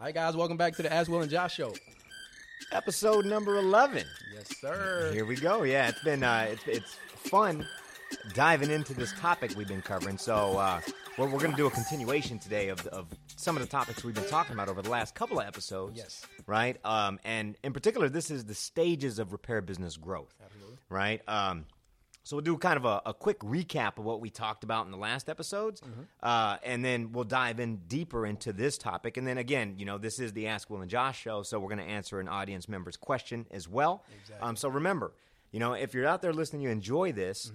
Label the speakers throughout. Speaker 1: Hi guys, welcome back to the As Will and Josh show.
Speaker 2: Episode number 11.
Speaker 1: Yes, sir.
Speaker 2: Here we go. Yeah, it's been uh, it's it's fun diving into this topic we've been covering. So uh, we're, we're going to do a continuation today of of some of the topics we've been talking about over the last couple of episodes.
Speaker 1: Yes.
Speaker 2: Right. Um, and in particular, this is the stages of repair business growth. Absolutely. Right. Um, so we'll do kind of a, a quick recap of what we talked about in the last episodes, uh, and then we'll dive in deeper into this topic. And then again, you know, this is the Ask Will and Josh show, so we're going to answer an audience member's question as well. Um, so remember, you know, if you're out there listening, you enjoy this.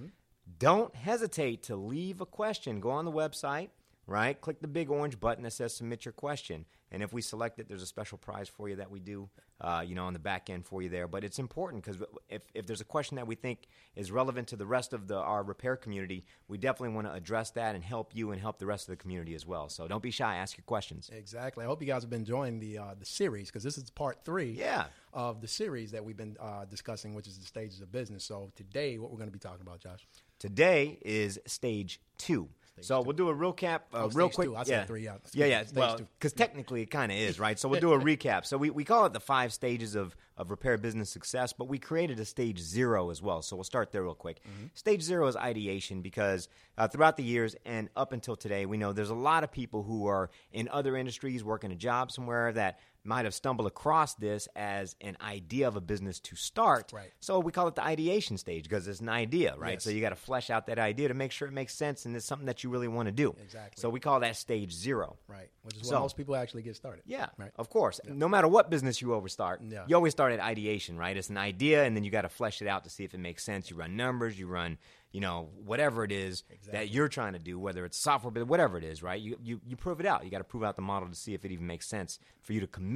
Speaker 2: Don't hesitate to leave a question. Go on the website, right? Click the big orange button that says "Submit Your Question," and if we select it, there's a special prize for you that we do, uh, you know, on the back end for you there. But it's important because if if there's a question that we think is relevant to the rest of the our repair community, we definitely want to address that and help you and help the rest of the community as well. So don't be shy. Ask your questions.
Speaker 1: Exactly. I hope you guys have been enjoying the uh, the series because this is part three.
Speaker 2: Yeah.
Speaker 1: Of the series that we've been uh, discussing, which is the stages of business. So today, what we're going to be talking about, Josh?
Speaker 2: Today is stage two. so we we'll do a real cap, uh, real
Speaker 1: Oh, stage
Speaker 2: quick.
Speaker 1: two. I said three, yeah. Excuse
Speaker 2: yeah,
Speaker 1: me.
Speaker 2: yeah.
Speaker 1: Stage
Speaker 2: Well,
Speaker 1: two.
Speaker 2: because technically it kind of is, right? So we'll do a recap. So we, we call it the five stages of, of repair business success, but we created a stage zero as well. So we'll start there real quick.
Speaker 1: Mm-hmm.
Speaker 2: Stage zero is ideation because uh, throughout the years and up until today, we know there's a lot of people who are in other industries working a job somewhere that might have stumbled across this as an idea of a business to start.
Speaker 1: Right.
Speaker 2: So we call it the ideation stage because it's an idea, right?
Speaker 1: Yes.
Speaker 2: So you got to flesh out that idea to make sure it makes sense and it's something that you really want to do.
Speaker 1: Exactly.
Speaker 2: So we call that stage zero.
Speaker 1: Right. Which is
Speaker 2: So-
Speaker 1: where most people actually get started.
Speaker 2: Yeah,
Speaker 1: Right.
Speaker 2: of course. No matter what business you overstart,
Speaker 1: Yeah.
Speaker 2: you always start at ideation, right? It's an idea, and then you got to flesh it out to see if it makes sense. You run numbers, you run, you know, whatever it is that you're trying to do, whether it's software, but whatever it is, right? You you, you prove it out. You got to prove out the model to see if it even makes sense for you to commit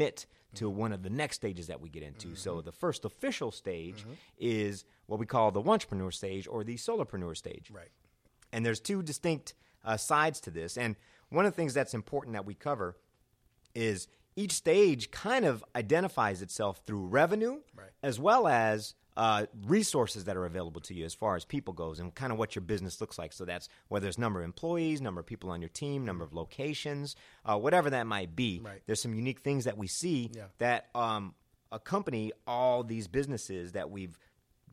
Speaker 2: to
Speaker 1: Mm-hmm.
Speaker 2: one of the next stages that we get into. So the first official stage
Speaker 1: Mm-hmm.
Speaker 2: is what we call the entrepreneur stage or the solopreneur stage.
Speaker 1: Right.
Speaker 2: And there's two distinct uh, sides to this. And one of the things that's important that we cover is each stage kind of identifies itself through revenue
Speaker 1: Right.
Speaker 2: as well as uh, resources that are available to you as far as people goes and kind of what your business looks like so that's whether it's number of employees number of people on your team number of locations uh, whatever that might be
Speaker 1: Right.
Speaker 2: there's some unique things that we see
Speaker 1: Yeah.
Speaker 2: that um, accompany all these businesses that we've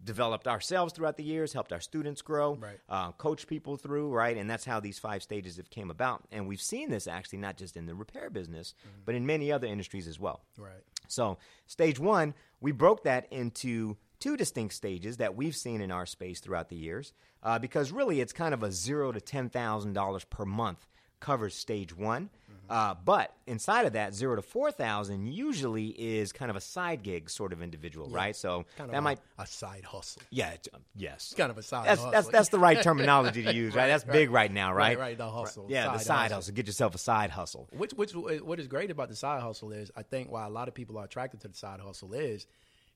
Speaker 2: developed ourselves throughout the years helped our students grow
Speaker 1: Right.
Speaker 2: uh, coach people through, right? And that's how these five stages have came about. And we've seen this actually not just in the repair business, but in many other industries as well.
Speaker 1: Right.
Speaker 2: So, stage one, we broke that into two distinct stages that we've seen in our space throughout the years, uh, because really it's kind of a zero to ten thousand dollars per month covers stage one. Uh, but inside of that, zero to four thousand usually is kind of a side gig sort of individual, right? So
Speaker 1: Kind of
Speaker 2: that
Speaker 1: a,
Speaker 2: might
Speaker 1: a side hustle.
Speaker 2: yeah, it's, um, yes.
Speaker 1: Kind of a side
Speaker 2: that's,
Speaker 1: hustle.
Speaker 2: That's, that's the right terminology to use, right? that's big right now,
Speaker 1: Right,
Speaker 2: right?
Speaker 1: right, the hustle,
Speaker 2: Yeah, the
Speaker 1: side
Speaker 2: side
Speaker 1: hustle.
Speaker 2: hustle. Get yourself a side hustle.
Speaker 1: Which which what is great about the side hustle is I think why a lot of people are attracted to the side hustle is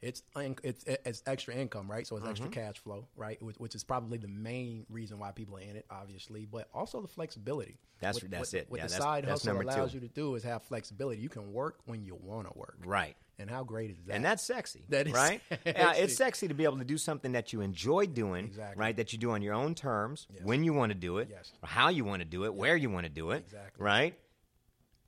Speaker 1: it's un- it's it's extra income, right? So it's extra
Speaker 2: Mm-hmm.
Speaker 1: cash flow, right? Which, which is probably the main reason why people are in it, obviously, but also the flexibility.
Speaker 2: That's-
Speaker 1: What-
Speaker 2: that's
Speaker 1: what-
Speaker 2: it.
Speaker 1: What
Speaker 2: Yeah,
Speaker 1: the
Speaker 2: that's-
Speaker 1: side
Speaker 2: that's
Speaker 1: hustle
Speaker 2: number two.
Speaker 1: allows you to do is have flexibility. You can work when you want to work,
Speaker 2: Right.
Speaker 1: And how great is that?
Speaker 2: And that's sexy.
Speaker 1: That is
Speaker 2: right. Yeah,
Speaker 1: sexy.
Speaker 2: it's sexy to be able to do something that you enjoy doing,
Speaker 1: Exactly.
Speaker 2: right? That you do on your own terms, when you want to do it,
Speaker 1: Yes.
Speaker 2: or how you want to do it, where you want to do it,
Speaker 1: Exactly.
Speaker 2: right?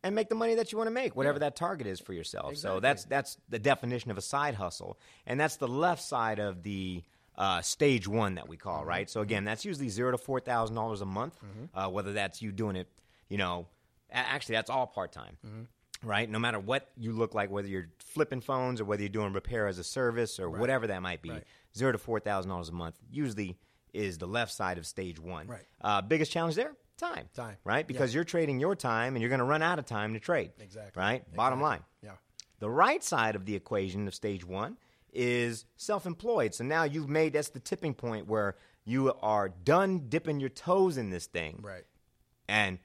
Speaker 2: And make the money that you want to make, whatever that target is for yourself. So
Speaker 1: Exactly.
Speaker 2: that's that's the definition of a side hustle, and that's the left side of the. Uh, stage one that we
Speaker 1: Mm-hmm.
Speaker 2: call right. So again, that's usually zero to four thousand dollars a month. Uh, whether that's you doing it, you know, a- actually that's all part time
Speaker 1: Mm-hmm.
Speaker 2: right? No matter what you look like, whether you're flipping phones or whether you're doing repair as a service or whatever that might be, zero to four thousand dollars a month usually is the left side of stage one.
Speaker 1: Right.
Speaker 2: Uh, biggest challenge there, time.
Speaker 1: Time.
Speaker 2: Right, because you're trading your time and you're going to run out of time to trade.
Speaker 1: Exactly.
Speaker 2: Right. Bottom line.
Speaker 1: yeah.
Speaker 2: The right side of the equation of stage one is self employed. So now you've made that's the tipping point where you are done dipping your toes in this thing
Speaker 1: Right.
Speaker 2: and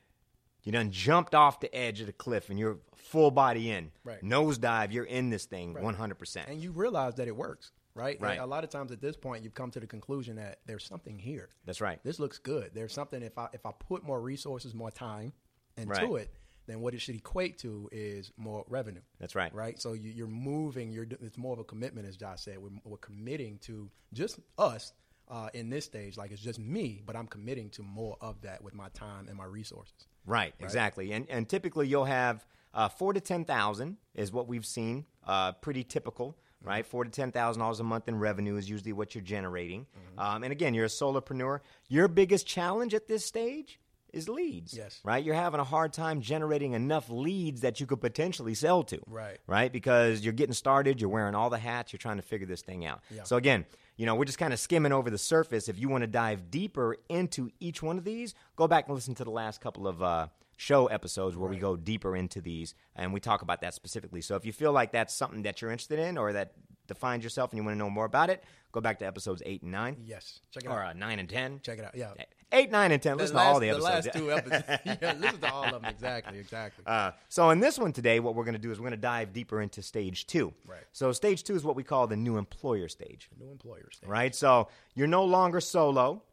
Speaker 2: you done jumped off the edge of the cliff and you're full body in.
Speaker 1: Right.
Speaker 2: Nosedive, you're in this thing 100%.
Speaker 1: And you realize that it works, right?
Speaker 2: Right.
Speaker 1: A lot of times at this point you've come to the conclusion that there's something here.
Speaker 2: That's right.
Speaker 1: this looks good. There's something if I if I put more resources, more time into
Speaker 2: Right.
Speaker 1: it, then what it should equate to is more revenue.
Speaker 2: That's right.
Speaker 1: Right. So you, you're moving. You're do- it's more of a commitment, as Josh said. We're, we're committing to just us uh, in this stage. Like it's just me, but I'm committing to more of that with my time and my resources.
Speaker 2: Right, exactly. And and typically you'll have Uh, four to ten thousand is what we've seen. Uh, pretty typical, right? Four to ten thousand dollars a month in revenue is usually what you're generating. Um, and again, you're a solopreneur. Your biggest challenge at this stage is leads.
Speaker 1: Yes.
Speaker 2: Right. You're having a hard time generating enough leads that you could potentially sell to.
Speaker 1: Right.
Speaker 2: Right. Because you're getting started. You're wearing all the hats. You're trying to figure this thing out.
Speaker 1: Yeah.
Speaker 2: So again. You know, we're just kind of skimming over the surface. If you want to dive deeper into each one of these, go back and listen to the last couple of uh, show episodes where we go deeper into these and we talk about that specifically. So if you feel like that's something that you're interested in or that defines yourself and you want to know more about it, go back to episodes eight and nine,
Speaker 1: Yes. Check it
Speaker 2: or
Speaker 1: out.
Speaker 2: uh, nine and ten.
Speaker 1: Check it out. Yeah.
Speaker 2: Eight, nine, and ten. Listen to all the episodes.
Speaker 1: last two episodes. yeah, listen to all of them. Exactly. Exactly.
Speaker 2: Uh, so in this one today, what we're going to do is we're going to dive deeper into stage two.
Speaker 1: Right.
Speaker 2: So stage two is what we call the new employer stage.
Speaker 1: New employers.
Speaker 2: Right. So you're no longer solo.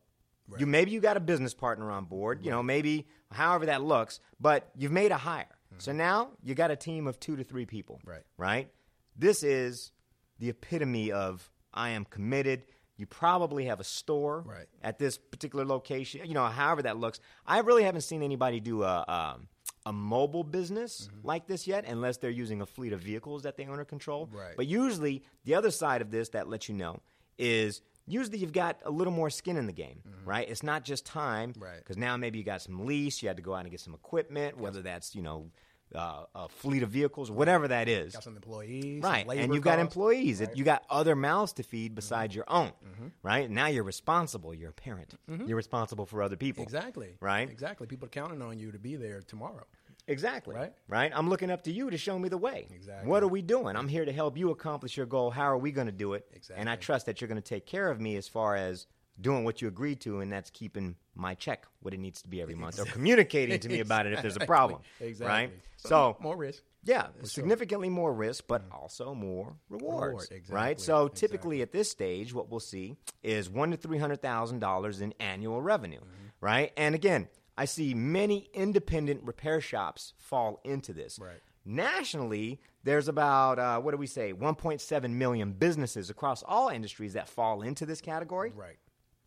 Speaker 2: You maybe you got a business partner on board. You know, maybe however that looks, but you've made a hire. So now you got a team of two to three people.
Speaker 1: Hmm. Right.
Speaker 2: Right. This is the epitome of I am committed. You probably have a store
Speaker 1: Right.
Speaker 2: at this particular location. You know, however that looks. I really haven't seen anybody do a. Um, a mobile business
Speaker 1: Mm-hmm.
Speaker 2: like this yet, unless they're using a fleet of vehicles that they own or control.
Speaker 1: Right.
Speaker 2: But usually, the other side of this that lets you know is usually you've got a little more skin in the game, right? It's not just time,
Speaker 1: Mm-hmm. Right.
Speaker 2: Because now maybe you got some lease, you had to go out and get some equipment, whether that's you know uh, a fleet of vehicles, whatever that is,
Speaker 1: Got some employees. some
Speaker 2: right? And
Speaker 1: labor
Speaker 2: you've got
Speaker 1: costs. Mm-hmm.
Speaker 2: employees, you got other mouths to feed besides your own, right? Now you're responsible. You're a parent.
Speaker 1: Mm-hmm.
Speaker 2: You're responsible for other people.
Speaker 1: Exactly.
Speaker 2: Right.
Speaker 1: Exactly. People are counting on you to be there tomorrow.
Speaker 2: Exactly.
Speaker 1: Right?
Speaker 2: Right? I'm looking up to you to show me the way.
Speaker 1: Exactly.
Speaker 2: What are we doing? I'm here to help you accomplish your goal. How are we going to do it? And I
Speaker 1: Exactly.
Speaker 2: trust that you're going to take care of me as far as doing what you agreed to, and that's keeping my check what it needs to be every month or communicating to me about it if there's a problem.
Speaker 1: Exactly.
Speaker 2: Right?
Speaker 1: So
Speaker 2: So,
Speaker 1: more risk.
Speaker 2: yeah, significantly more risk, but also more rewards.
Speaker 1: Mm-hmm. Reward,
Speaker 2: Right?
Speaker 1: exactly,
Speaker 2: So typically at this stage, what we'll see is one to three hundred thousand dollars in annual revenue.
Speaker 1: Mm-hmm.
Speaker 2: Right? And again, I see many independent repair shops fall into this.
Speaker 1: Right.
Speaker 2: Nationally, there's about uh, what do we say, 1.7 million businesses across all industries that fall into this category.
Speaker 1: Right.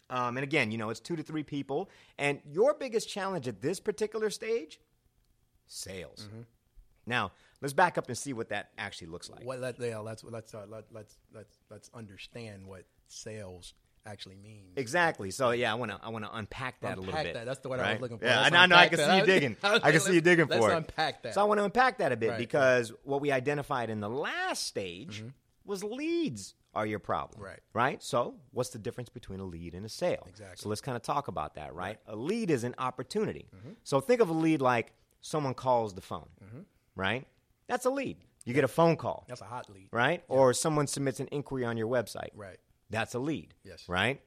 Speaker 2: Um, and again, you know, it's two to three people. And your biggest challenge at this particular stage, sales. Now, let's back up and see what that actually looks like.
Speaker 1: What? Let, yeah. Let's let's uh, let, let's let's let's understand what sales actually means.
Speaker 2: Exactly. So yeah, I want to I want to unpack that a little
Speaker 1: Unpack
Speaker 2: bit.
Speaker 1: that. That's the word I was looking for.
Speaker 2: Yeah,
Speaker 1: Let's
Speaker 2: I, I know. I
Speaker 1: unpack
Speaker 2: can
Speaker 1: that.
Speaker 2: see
Speaker 1: I
Speaker 2: you
Speaker 1: was-
Speaker 2: digging.
Speaker 1: I was
Speaker 2: I can
Speaker 1: like,
Speaker 2: see you digging
Speaker 1: let's-
Speaker 2: for it.
Speaker 1: let's unpack that.
Speaker 2: So I want to unpack that a bit
Speaker 1: Right. Mm-hmm.
Speaker 2: because what we identified in the last stage was leads are your problem.
Speaker 1: Right.
Speaker 2: Right. So what's the difference between a lead and a sale?
Speaker 1: Exactly.
Speaker 2: So let's kind of talk about that. Right. A lead is an opportunity.
Speaker 1: Mm-hmm.
Speaker 2: So think of a lead like someone calls the phone. Right. That's a lead. You get a phone call.
Speaker 1: That's a hot lead.
Speaker 2: Right. Or someone submits an inquiry on your website.
Speaker 1: Right.
Speaker 2: That's a lead.
Speaker 1: Yes.
Speaker 2: Right?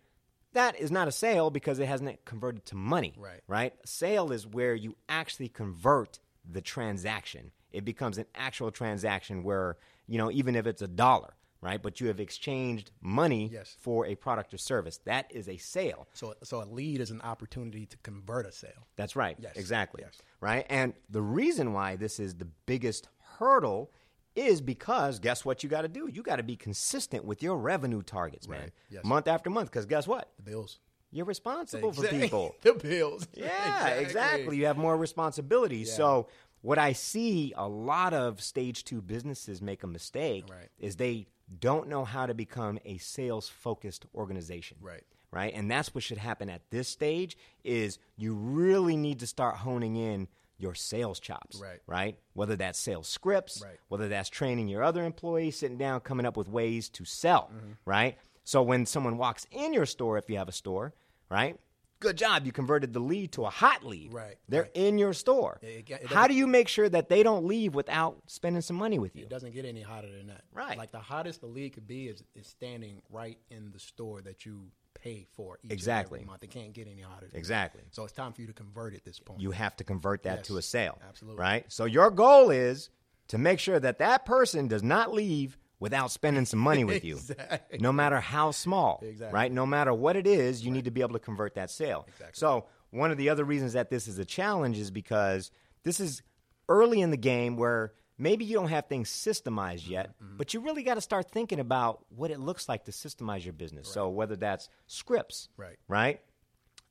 Speaker 2: That is not a sale because it hasn't converted to money.
Speaker 1: Right.
Speaker 2: Right? A sale is where you actually convert the transaction. It becomes an actual transaction where, you know, even if it's a dollar, right? But you have exchanged money
Speaker 1: Yes.
Speaker 2: for a product or service. That is a sale.
Speaker 1: So so a lead is an opportunity to convert a sale.
Speaker 2: That's right.
Speaker 1: Yes.
Speaker 2: Exactly.
Speaker 1: Yes.
Speaker 2: Right? And the reason why this is the biggest hurdle is because guess what you got to do? You got to be consistent with your revenue targets, man.
Speaker 1: Right. Yes.
Speaker 2: Month after month cuz guess what?
Speaker 1: The bills.
Speaker 2: You're responsible for
Speaker 1: Exactly.
Speaker 2: people.
Speaker 1: the bills.
Speaker 2: Yeah, exactly. You have more responsibility. So what I see a lot of stage two businesses make a mistake
Speaker 1: Right.
Speaker 2: is they don't know how to become a sales focused organization.
Speaker 1: Right.
Speaker 2: Right. And that's what should happen at this stage is you really need to start honing in your sales chops.
Speaker 1: Right.
Speaker 2: Right. Whether that's sales scripts,
Speaker 1: Right.
Speaker 2: whether that's training your other employees, sitting down, coming up with ways to sell,
Speaker 1: Mm-hmm.
Speaker 2: right? So when someone walks in your store, if you have a store, right? Good job, you converted the lead to a hot lead.
Speaker 1: Right,
Speaker 2: They're
Speaker 1: right.
Speaker 2: in your store.
Speaker 1: it get- it
Speaker 2: How do you make sure that they don't leave without spending some money with you?
Speaker 1: It doesn't get any hotter than that.
Speaker 2: Right.
Speaker 1: Like the hottest the league could be is, is standing right in the store that you pay for each and every
Speaker 2: Exactly.
Speaker 1: month. It can't get any hotter. Than that.
Speaker 2: Exactly.
Speaker 1: So it's time for you to convert at this point.
Speaker 2: You have to convert that to a
Speaker 1: Yes,
Speaker 2: sale.
Speaker 1: absolutely.
Speaker 2: Right? So your goal is to make sure that that person does not leave without spending some money with you.
Speaker 1: Exactly.
Speaker 2: No matter how small,
Speaker 1: Exactly.
Speaker 2: right? No matter what it is, you need to be able to convert that sale. So, one of the other reasons that this is a challenge is because this is early in the game where maybe you don't have things systemized yet,
Speaker 1: Mm-hmm.
Speaker 2: but you really got to start thinking about what it looks like to systemize your business. So, whether that's scripts,
Speaker 1: Right.
Speaker 2: Right?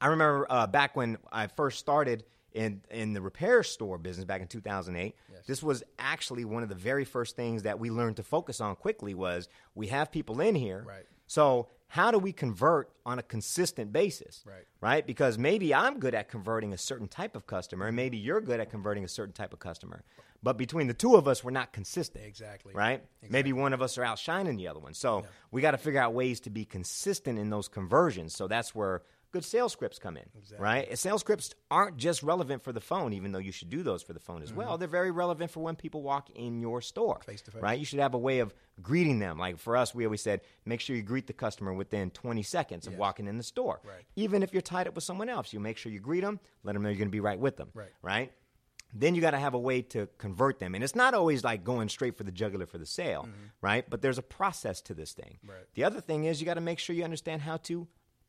Speaker 2: I remember uh, back when I first started in in the repair store business back in 2008 this was actually one of the very first things that we learned to focus on quickly was we have people in here
Speaker 1: Right.
Speaker 2: so how do we convert on a consistent basis
Speaker 1: Right.
Speaker 2: right because maybe i'm good at converting a certain type of customer and maybe you're good at converting a certain type of customer but between the two of us we're not consistent
Speaker 1: Exactly.
Speaker 2: right maybe one of us are outshining the other one so we got to figure out ways to be consistent in those conversions so that's where good sales scripts come in right And sales scripts aren't just relevant for the phone even though you should do those for the phone as well they're very relevant for when people walk in your store
Speaker 1: Mm-hmm. Face to face.
Speaker 2: right you should have a way of greeting them like for us we always said make sure you greet the customer within 20 seconds of walking in the store
Speaker 1: Right.
Speaker 2: even if you're tied up with someone else you make sure you greet them let them know you're going to be right with them
Speaker 1: Right.
Speaker 2: right? Then you got to have a way to convert them. And it's not always like going straight for the jugular for the sale, right? But there's a process to this thing.
Speaker 1: Mm-hmm. Right.
Speaker 2: The other thing is you got to make sure you understand how to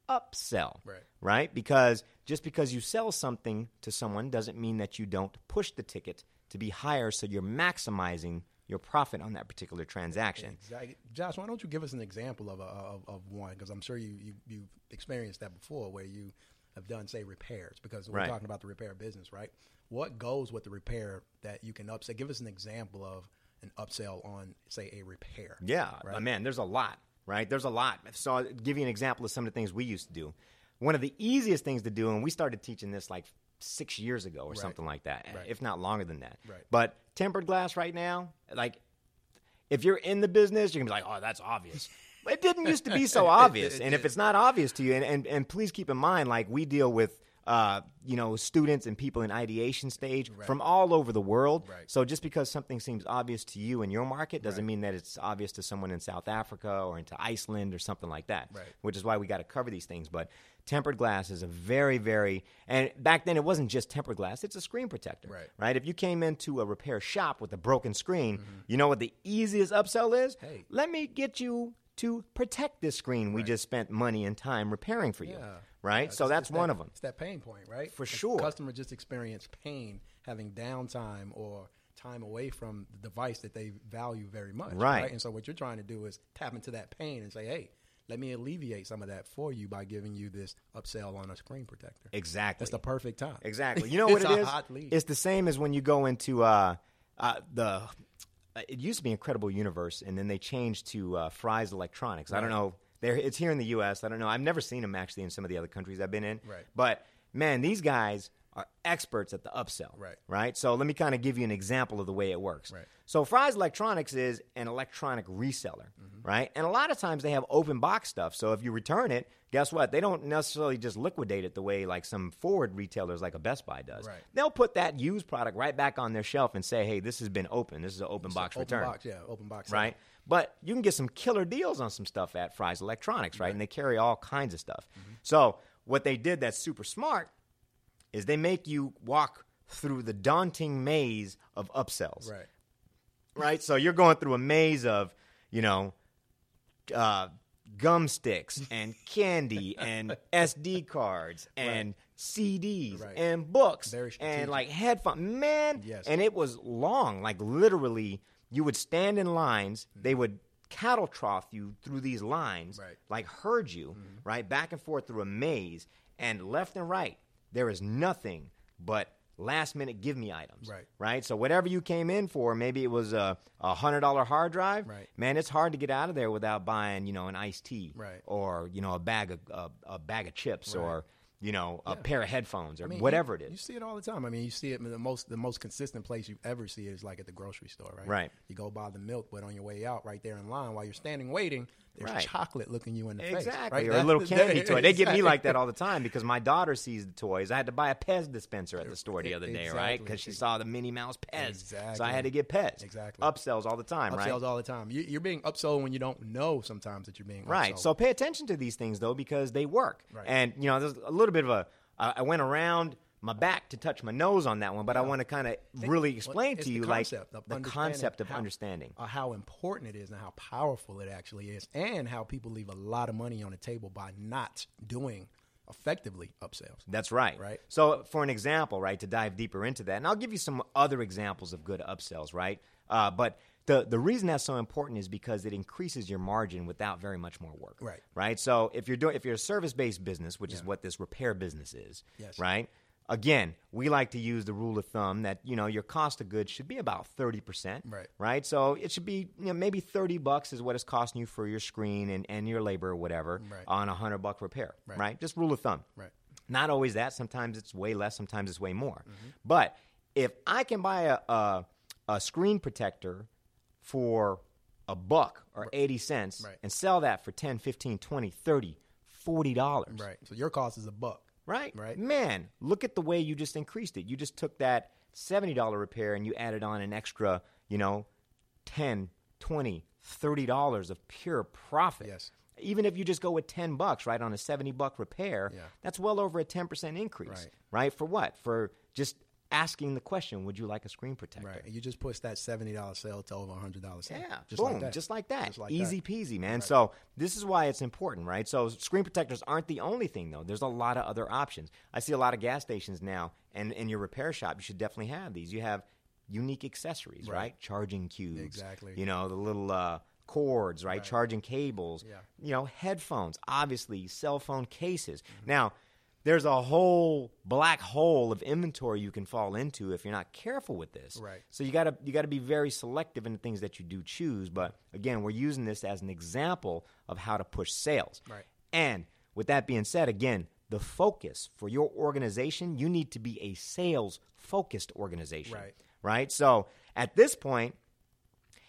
Speaker 2: upsell,
Speaker 1: Right.
Speaker 2: right? Because just because you sell something to someone doesn't mean that you don't push the ticket to be higher so you're maximizing your profit on that particular transaction.
Speaker 1: Exactly. Josh, why don't you give us an example of a, of, of one? Because I'm sure you, you you've experienced that before, where you have done say repairs. Because we're
Speaker 2: Right.
Speaker 1: talking about the repair business, right? What goes with the repair that you can upsell? Give us an example of an upsell on say a repair.
Speaker 2: Yeah,
Speaker 1: Right.
Speaker 2: uh, man, there's a lot, right? There's a lot. So I'll give you an example of some of the things we used to do. One of the easiest things to do, and we started teaching this like six years ago or something like that, if not longer than that.
Speaker 1: Right.
Speaker 2: But tempered glass right now, like if you're in the business, you're gonna be like, oh, that's obvious. But it didn't used to be so obvious. and if it's not obvious to you, and, and, and please keep in mind, like we deal with uh, you know, students and people in ideation stage from all over the world.
Speaker 1: Right.
Speaker 2: So just because something seems obvious to you in your market doesn't mean that it's obvious to someone in South Africa or into Iceland or something like that.
Speaker 1: Right.
Speaker 2: Which is why we got to cover these things. But tempered glass is a very, very and back then it wasn't just tempered glass; it's a screen protector
Speaker 1: Right.
Speaker 2: right? If you came into a repair shop with a broken screen, you know what the easiest upsell is?
Speaker 1: Mm-hmm. Hey.
Speaker 2: Let me get you to protect this screen we just spent money and time repairing for you,
Speaker 1: Yeah.
Speaker 2: right?
Speaker 1: Yeah,
Speaker 2: so
Speaker 1: it's-
Speaker 2: that's
Speaker 1: it's that-
Speaker 2: one of them.
Speaker 1: It's that pain point, right?
Speaker 2: For
Speaker 1: If
Speaker 2: sure.
Speaker 1: Customer just experience pain having downtime or time away from the device that they value very much.
Speaker 2: Right.
Speaker 1: And so what you're trying to do is tap into that pain and say, hey, let me alleviate some of that for you by giving you this upsell on a screen protector.
Speaker 2: Exactly.
Speaker 1: That's the perfect time.
Speaker 2: Exactly. You know what
Speaker 1: it's
Speaker 2: it
Speaker 1: a
Speaker 2: is?
Speaker 1: hot lead.
Speaker 2: It's the same as when you go into uh, uh, the. uh, It used to be Incredible Universe, and then they changed to uh, Fry's Electronics. I don't know. They're, it's here in the U.S. I don't know. I've never seen them actually in some of the other countries I've been in.
Speaker 1: Right.
Speaker 2: But man, these guys are experts at the upsell.
Speaker 1: Right.
Speaker 2: Right. So let me kind of give you an example of the way it works.
Speaker 1: Right.
Speaker 2: So Fry's Electronics is an electronic reseller,
Speaker 1: Mm-hmm.
Speaker 2: right? And a lot of times they have open box stuff. So if you return it, guess what? They don't necessarily just liquidate it the way like some forward retailers like a Best Buy does.
Speaker 1: Right.
Speaker 2: They'll put that used product right back on their shelf and say, "Hey, this has been open. This is an open box
Speaker 1: open
Speaker 2: return."
Speaker 1: box, yeah, open box. sale.
Speaker 2: right? But you can get some killer deals on some stuff at Fry's Electronics, right? And they carry all kinds of stuff. So what they did that's super smart is they make you walk through the daunting maze of upsells,
Speaker 1: Right.
Speaker 2: right? So you're going through a maze of, you know, uh, gum sticks and candy and SD cards and CDs
Speaker 1: Right.
Speaker 2: and books
Speaker 1: Very strategic.
Speaker 2: and like headphone. Man,
Speaker 1: Yes.
Speaker 2: and it was long. Like literally, you would stand in lines. They would cattle trough you through these lines,
Speaker 1: Mm-hmm. Right. Mm-hmm.
Speaker 2: like herd you, right, back and forth through a maze. And left and right, there is nothing but last minute give me items
Speaker 1: Right.
Speaker 2: right? So whatever you came in for, maybe it was a, a hundred dollar hard drive.
Speaker 1: Right.
Speaker 2: Man, it's hard to get out of there without buying, you know, an iced tea,
Speaker 1: Right.
Speaker 2: Or you know, a bag of a, a bag of chips, or you know, a pair of headphones, or
Speaker 1: I mean,
Speaker 2: whatever
Speaker 1: you-
Speaker 2: it
Speaker 1: You
Speaker 2: is.
Speaker 1: see it all the time. I mean, you see it in the most the most consistent place you ever see it is like at the grocery store, right?
Speaker 2: Right.
Speaker 1: You go buy the milk, but on your way out, right there in line, while you're standing waiting, there's
Speaker 2: Right.
Speaker 1: chocolate looking you in the face.
Speaker 2: Exactly,
Speaker 1: right?
Speaker 2: or a
Speaker 1: That's
Speaker 2: little
Speaker 1: the-
Speaker 2: candy toy. They get me
Speaker 1: Exactly.
Speaker 2: like that all the time because my daughter sees the toys. I had to buy a Pez dispenser at the store the other day, right?
Speaker 1: Exactly.
Speaker 2: Because she saw the Minnie Mouse Pez, so I
Speaker 1: Exactly.
Speaker 2: had to get Pez.
Speaker 1: Exactly.
Speaker 2: upsells all the time, right?
Speaker 1: upsells all the time. You, you're being upsold when you don't know sometimes that you're being
Speaker 2: Right.
Speaker 1: upsold.
Speaker 2: So pay attention to these things though, because they work.
Speaker 1: Right.
Speaker 2: And you know, there's a little bit of a. I I went around my back to touch my nose on that one, but I want to kind of really explain
Speaker 1: it's
Speaker 2: to
Speaker 1: the
Speaker 2: you like
Speaker 1: concept of
Speaker 2: the
Speaker 1: understanding
Speaker 2: concept of
Speaker 1: how-
Speaker 2: understanding.
Speaker 1: uh, how important it is and how powerful it actually is, and how people leave a lot of money on the table by not doing effectively upsells.
Speaker 2: That's right.
Speaker 1: Right.
Speaker 2: So, for an example, right, to dive deeper into that, and I'll give you some other examples of good upsells, right? Uh, but the, the reason that's so important is because it increases your margin without very much more work.
Speaker 1: Right.
Speaker 2: Right. So if you're doing if you're a service based business, which is what this repair business is,
Speaker 1: Yes.
Speaker 2: right? Again, we like to use the rule of thumb that you know your cost of goods should be about thirty percent,
Speaker 1: Right.
Speaker 2: Right, so it should be you know, maybe thirty bucks is what it's costing you for your screen and, and your labor or whatever
Speaker 1: Right.
Speaker 2: on a hundred buck repair,
Speaker 1: Right.
Speaker 2: Just rule of thumb,
Speaker 1: Right.
Speaker 2: Not always that. Sometimes it's way less. Sometimes it's way more.
Speaker 1: Mm-hmm.
Speaker 2: But if I can buy a, a a screen protector for a buck or 80 cents
Speaker 1: Right.
Speaker 2: and sell that for 10 15 20 30 40 dollars
Speaker 1: Right. So your cost is a buck.
Speaker 2: right
Speaker 1: Right.
Speaker 2: man look at the way you just increased it you just took that $70 repair and you added on an extra you know 10 20 30 dollars of pure profit
Speaker 1: Yes.
Speaker 2: even if you just go with 10 bucks right on a 70 buck repair
Speaker 1: Yeah.
Speaker 2: that's well over a 10% increase
Speaker 1: Right.
Speaker 2: for what for just asking the question would you like a screen protector
Speaker 1: Right. And you just push that seventy dollar sale to over a hundred dollar sale.
Speaker 2: yeah,
Speaker 1: Just
Speaker 2: boom,
Speaker 1: like that.
Speaker 2: just like that,
Speaker 1: Just like
Speaker 2: easy peasy, man. So this is why it's important, right? So screen protectors aren't the only thing, though. There's a lot of other options. I see a lot of gas stations now, and in your repair shop, you should definitely have these. You have unique accessories, right? Charging cubes,
Speaker 1: Exactly.
Speaker 2: You know the little uh, cords, right? Charging cables,
Speaker 1: Yeah.
Speaker 2: You know headphones, obviously cell phone cases.
Speaker 1: Mm-hmm.
Speaker 2: Now. There's a whole black hole of inventory you can fall into if you're not careful with this.
Speaker 1: Right.
Speaker 2: So you gotta you gotta be very selective in the things that you do choose. But again, we're using this as an example of how to push sales.
Speaker 1: Right.
Speaker 2: And with that being said, again, the focus for your organization, you need to be a sales focused organization.
Speaker 1: Right.
Speaker 2: Right. So at this point,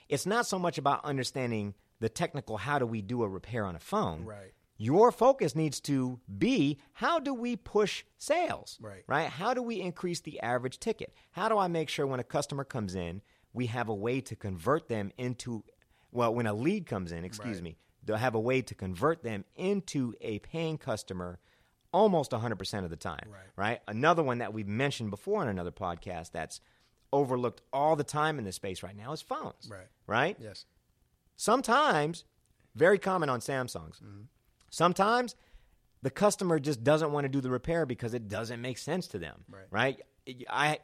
Speaker 2: it's not so much about understanding the technical how do we do a repair on a phone.
Speaker 1: Right.
Speaker 2: Your focus needs to be how do we push sales?
Speaker 1: Right.
Speaker 2: Right? How do we increase the average ticket? How do I make sure when a customer comes in, we have a way to convert them into well, when a lead comes in, excuse
Speaker 1: Right.
Speaker 2: me, they'll have a way to convert them into a paying customer almost 100% of the time
Speaker 1: Right.
Speaker 2: right? Another one that we've mentioned before on another podcast that's overlooked all the time in this space right now is phones.
Speaker 1: Right.
Speaker 2: Right?
Speaker 1: that. Yes.
Speaker 2: Sometimes, very common on Samsungs,
Speaker 1: Mm-hmm.
Speaker 2: sometimes the customer just doesn't want to do the repair because it doesn't make sense to them.
Speaker 1: Right.
Speaker 2: I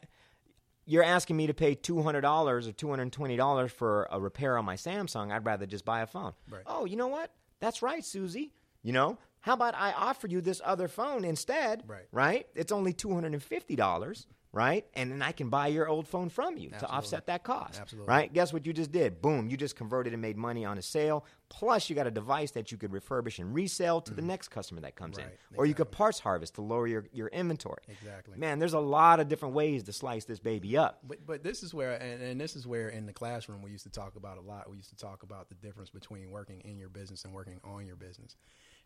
Speaker 2: you're asking me to pay two hundred dollars or two hundred and twenty dollars for a repair on my Samsung. I'd rather just buy a phone.
Speaker 1: Right.
Speaker 2: Oh, you know what? That's right, Susie. You know, how about I offer you this other phone instead?
Speaker 1: Right.
Speaker 2: Right. It's only two hundred and fifty dollars. Right, and then I can buy your old phone from you to
Speaker 1: Absolutely.
Speaker 2: offset that cost.
Speaker 1: Absolutely.
Speaker 2: Right right? Guess what you just did? Boom, you just converted and made money on a sale. Plus, you got a device that you could refurbish and resell to the next customer that comes in.
Speaker 1: Mm-hmm. Right,
Speaker 2: Or you could parts harvest to lower your, your inventory.
Speaker 1: Exactly.
Speaker 2: Man, there's a lot of different ways to slice this baby up.
Speaker 1: But but this is where and, and this is where in the classroom we used to talk about a lot. We used to talk about the difference between working in your business and working on your business.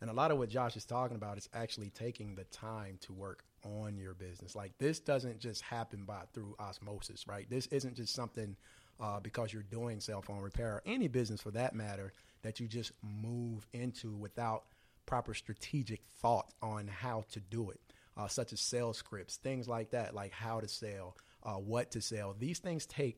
Speaker 1: And a lot of what Josh is talking about is actually taking the time to work on your business. Like this doesn't just happen by through osmosis, right? This isn't just something uh, because you're doing cell phone repair or any business for that matter that you just move into without proper strategic thought on how to do it, uh, such as sales scripts, things like that, like how to sell, uh, what to sell. These things take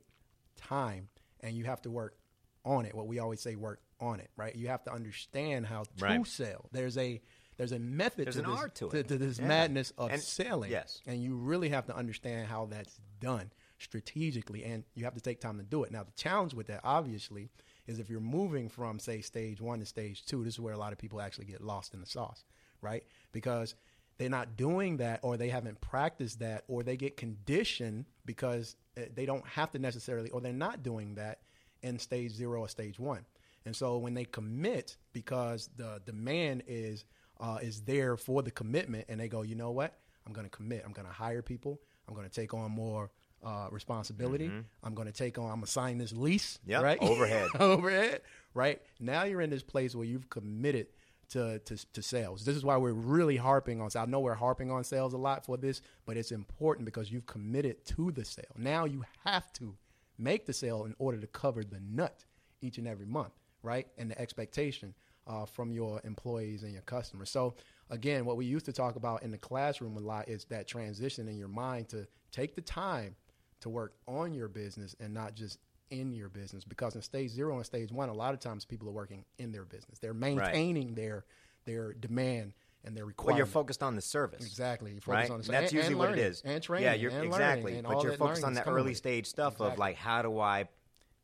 Speaker 1: time, and you have to work on it. What we always say, work on it, right? You have to understand how to
Speaker 2: Right.
Speaker 1: sell. There's a there's a method
Speaker 2: There's
Speaker 1: to
Speaker 2: an
Speaker 1: this,
Speaker 2: art to it.
Speaker 1: this
Speaker 2: Yeah.
Speaker 1: madness of
Speaker 2: And-
Speaker 1: selling.
Speaker 2: yes.
Speaker 1: And you really have to understand how that's done strategically, and you have to take time to do it. Now, the challenge with that, obviously, is if you're moving from, say, stage one to stage two, this is where a lot of people actually get lost in the sauce, right? Because they're not doing that, or they haven't practiced that, or they get conditioned because uh, they don't have to necessarily, or they're not doing that in stage zero or stage one. And so when they commit, because the demand is uh, is there for the commitment, and they go, you know what? I'm going to commit. I'm going to hire people. I'm going to take on more uh, responsibility. I'm going to take on. I'm going to sign this lease.
Speaker 2: Mm-hmm. Yep,
Speaker 1: Right.
Speaker 2: overhead.
Speaker 1: overhead. Right. Now you're in this place where you've committed to, to to sales. This is why we're really harping on. I know we're harping on sales a lot for this, but it's important because you've committed to the sale. Now you have to make the sale in order to cover the nut each and every month, right? And the expectation uh, from your employees and your customers. So, again, what we used to talk about in the classroom a lot is that transition in your mind to take the time to work on your business and not just in your business. Because in stage zero and stage one, a lot of times people are working in their business, they're maintaining their their demand and their
Speaker 2: Well,
Speaker 1: requirement.
Speaker 2: you're focused on the service.
Speaker 1: Exactly. You focus
Speaker 2: Right.
Speaker 1: on the-
Speaker 2: And that's
Speaker 1: and-
Speaker 2: usually
Speaker 1: and
Speaker 2: what
Speaker 1: learning,
Speaker 2: it is.
Speaker 1: And training.
Speaker 2: Yeah, you're
Speaker 1: and learning,
Speaker 2: exactly.
Speaker 1: and
Speaker 2: but
Speaker 1: all
Speaker 2: you're
Speaker 1: that
Speaker 2: focused
Speaker 1: learning
Speaker 2: on
Speaker 1: is
Speaker 2: that
Speaker 1: coming
Speaker 2: early
Speaker 1: with it.
Speaker 2: stage stuff of
Speaker 1: Exactly.
Speaker 2: like how do I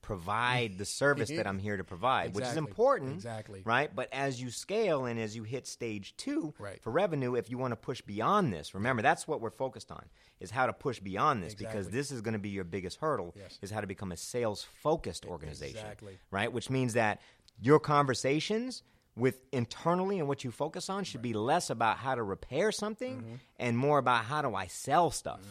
Speaker 2: provide the service that I'm here to provide, which is
Speaker 1: Exactly.
Speaker 2: important.
Speaker 1: Exactly.
Speaker 2: Right? But as you scale and as you hit stage two
Speaker 1: Right.
Speaker 2: for revenue, if you want to push beyond this, remember that's what we're focused on is how to push beyond this because
Speaker 1: Exactly.
Speaker 2: this is going to be your biggest hurdle
Speaker 1: Yes.
Speaker 2: is how to become a sales focused organization.
Speaker 1: Exactly.
Speaker 2: Right? Which means that your conversations with internally and what you focus on should be less about how to repair something
Speaker 1: Mm-hmm.
Speaker 2: and more about how do I sell stuff,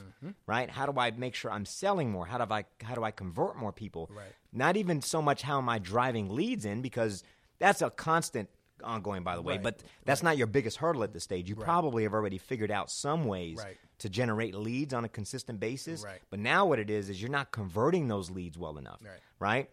Speaker 2: right? How do I make sure I'm selling more? How do I how do I convert more people?
Speaker 1: Right.
Speaker 2: Not even so much how am I driving leads in because that's a constant ongoing by the way,
Speaker 1: Right.
Speaker 2: but that's not your biggest hurdle at this stage. You probably have already figured out some ways
Speaker 1: Right.
Speaker 2: to generate leads on a consistent basis.
Speaker 1: Right.
Speaker 2: But now what it is is you're not converting those leads well enough.
Speaker 1: Right.
Speaker 2: right?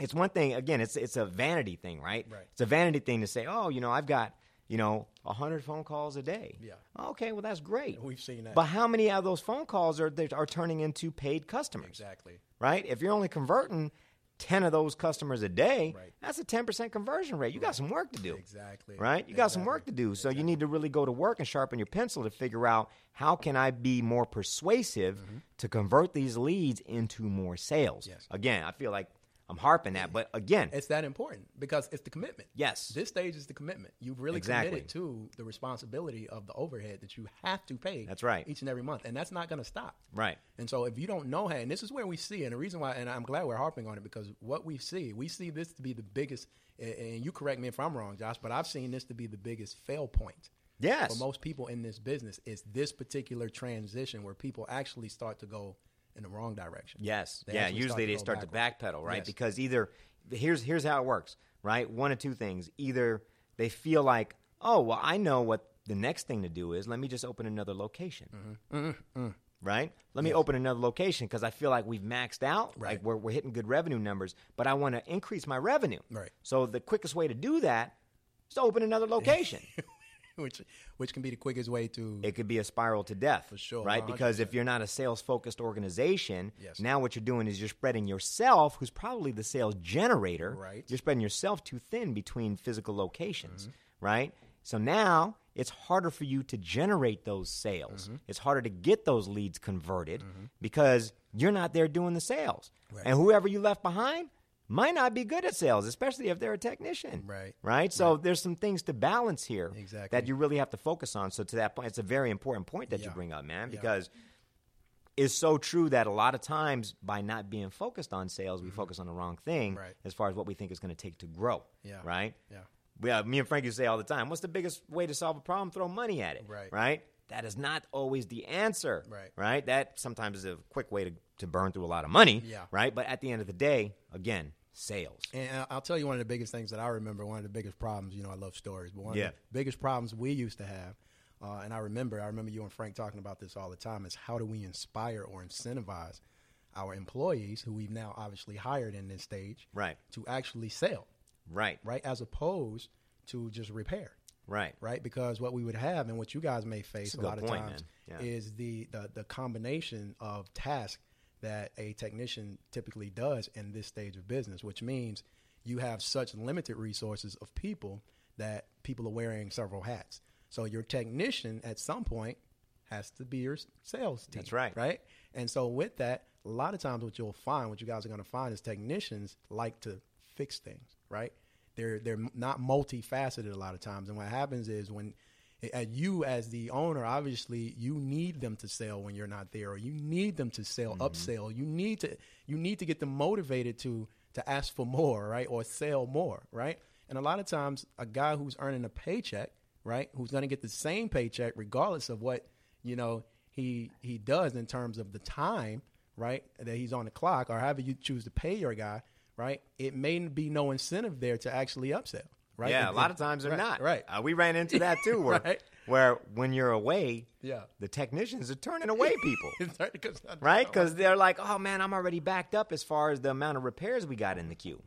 Speaker 2: It's one thing again, it's it's a vanity thing, right?
Speaker 1: Right.
Speaker 2: It's a vanity thing to say, "Oh, you know, I've got, you know, 100 phone calls a day."
Speaker 1: Yeah.
Speaker 2: Okay, well that's great.
Speaker 1: We've seen that.
Speaker 2: But how many of those phone calls are that are turning into paid customers?
Speaker 1: Exactly.
Speaker 2: Right? If you're only converting 10 of those customers a day,
Speaker 1: Right.
Speaker 2: that's a 10% conversion rate. You got some work to do
Speaker 1: Exactly.
Speaker 2: right? You got some work to do. So you need to really go to work and sharpen your pencil to figure out how can I be more persuasive to convert these leads into more sales.
Speaker 1: Mm-hmm. Yes.
Speaker 2: Again, I feel like I'm harping that, but again,
Speaker 1: It's that important because it's the commitment.
Speaker 2: Yes.
Speaker 1: This stage is the commitment. You've really
Speaker 2: Exactly.
Speaker 1: committed to the responsibility of the overhead that you have to pay.
Speaker 2: That's right.
Speaker 1: Each and every month. And that's not going to stop.
Speaker 2: right.
Speaker 1: And so if you don't know how, and this is where we see, and the reason why, and I'm glad we're harping on it because what we see, we see this to be the biggest, and- and you correct me if I'm wrong, Josh, but I've seen this to be the biggest fail point.
Speaker 2: Yes.
Speaker 1: For most people in this business, is this particular transition where people actually start to go in the wrong direction.
Speaker 2: Yes.
Speaker 1: They
Speaker 2: yeah.
Speaker 1: actually
Speaker 2: Usually they
Speaker 1: go
Speaker 2: start to backpedal, right?
Speaker 1: Yes.
Speaker 2: Because either here's here's how it works, right? One of two things: either they feel like, oh, well, I know what the next thing to do is. Let me just open another location.
Speaker 1: Mm-hmm.
Speaker 2: Mm-hmm. Right? Let me open another location because I feel like we've maxed out. Like
Speaker 1: Right.
Speaker 2: we're, we're hitting good revenue numbers, but I want to increase my revenue.
Speaker 1: Right.
Speaker 2: So the quickest way to do that is to open another location.
Speaker 1: which which can be the quickest way to
Speaker 2: it could be a spiral to death. For
Speaker 1: Mm-hmm. sure,
Speaker 2: Right? Because if you're not a sales focused organization,
Speaker 1: Yes.
Speaker 2: now what you're doing is you're spreading yourself, who's probably the sales generator,
Speaker 1: Right.
Speaker 2: you're spreading yourself too thin between physical locations,
Speaker 1: Mm-hmm.
Speaker 2: right? So now it's harder for you to generate those sales.
Speaker 1: Mm-hmm.
Speaker 2: It's harder to get those leads converted because you're not there doing the sales.
Speaker 1: Right.
Speaker 2: And whoever you left behind might not be good at sales, especially if they're a technician.
Speaker 1: Right.
Speaker 2: Right? So there's some things to balance here
Speaker 1: Exactly.
Speaker 2: that you really have to focus on. So to that point, it's a very important point that you
Speaker 1: Yeah.
Speaker 2: bring up, man,
Speaker 1: Yeah.
Speaker 2: because it's so true that a lot of times by not being focused on sales, we focus on the wrong thing
Speaker 1: Mm-hmm. Right.
Speaker 2: as far as what we think it's going to take to grow.
Speaker 1: Yeah.
Speaker 2: Right.
Speaker 1: yeah
Speaker 2: We, uh, me and Frankie say all the time, "What's the biggest way to solve a problem? Throw money at it."
Speaker 1: Right.
Speaker 2: Right. That is not always the answer.
Speaker 1: Right.
Speaker 2: Right. That sometimes is a quick way to, to burn through a lot of money.
Speaker 1: Yeah.
Speaker 2: Right. But at the end of the day, again, sales.
Speaker 1: and I- I'll tell you one of the biggest things that I remember. One of the biggest problems, you know, I love stories, but one
Speaker 2: Yeah.
Speaker 1: of the biggest problems we used to have, uh, and I remember, I remember you and Frank talking about this all the time, is how do we inspire or incentivize our employees, who we've now obviously hired in this stage,
Speaker 2: Right.
Speaker 1: to actually sell,
Speaker 2: Right.
Speaker 1: right, as opposed to just repair.
Speaker 2: Right.
Speaker 1: right? Because what we would have and what you guys may face a,
Speaker 2: good
Speaker 1: lot of
Speaker 2: point,
Speaker 1: times
Speaker 2: man. Yeah.
Speaker 1: is the, the the combination of tasks that a technician typically does in this stage of business, which means you have such limited resources of people that people are wearing several hats. So your technician at some point has to be your s- sales team.
Speaker 2: That's right.
Speaker 1: Right? And so with that, a lot of times what you'll find, what you guys are going to find is technicians like to fix things, right? They're they're not multifaceted a lot of times. And what happens is when as you as the owner, obviously you need them to sell when you're not there, or you need them to sell, upsell. You need to you need to get them motivated to to ask for more, right? Or sell more, right? And a lot of times a guy who's earning a paycheck, right, who's gonna get the same paycheck regardless of what you know he he does in terms of the time right that he's on the clock or however you choose to pay your guy right it may be no incentive there to actually upsell right
Speaker 2: Yeah,
Speaker 1: It-
Speaker 2: a lot
Speaker 1: it-
Speaker 2: of times they're
Speaker 1: right,
Speaker 2: not.
Speaker 1: right
Speaker 2: Uh, we ran into that too, where,
Speaker 1: Right.
Speaker 2: where when you're away,
Speaker 1: Yeah.
Speaker 2: the technicians are turning away people,
Speaker 1: It's right, 'cause I-
Speaker 2: right? Because they're like, "Oh man, I'm already backed up as far as the amount of repairs we got in the queue."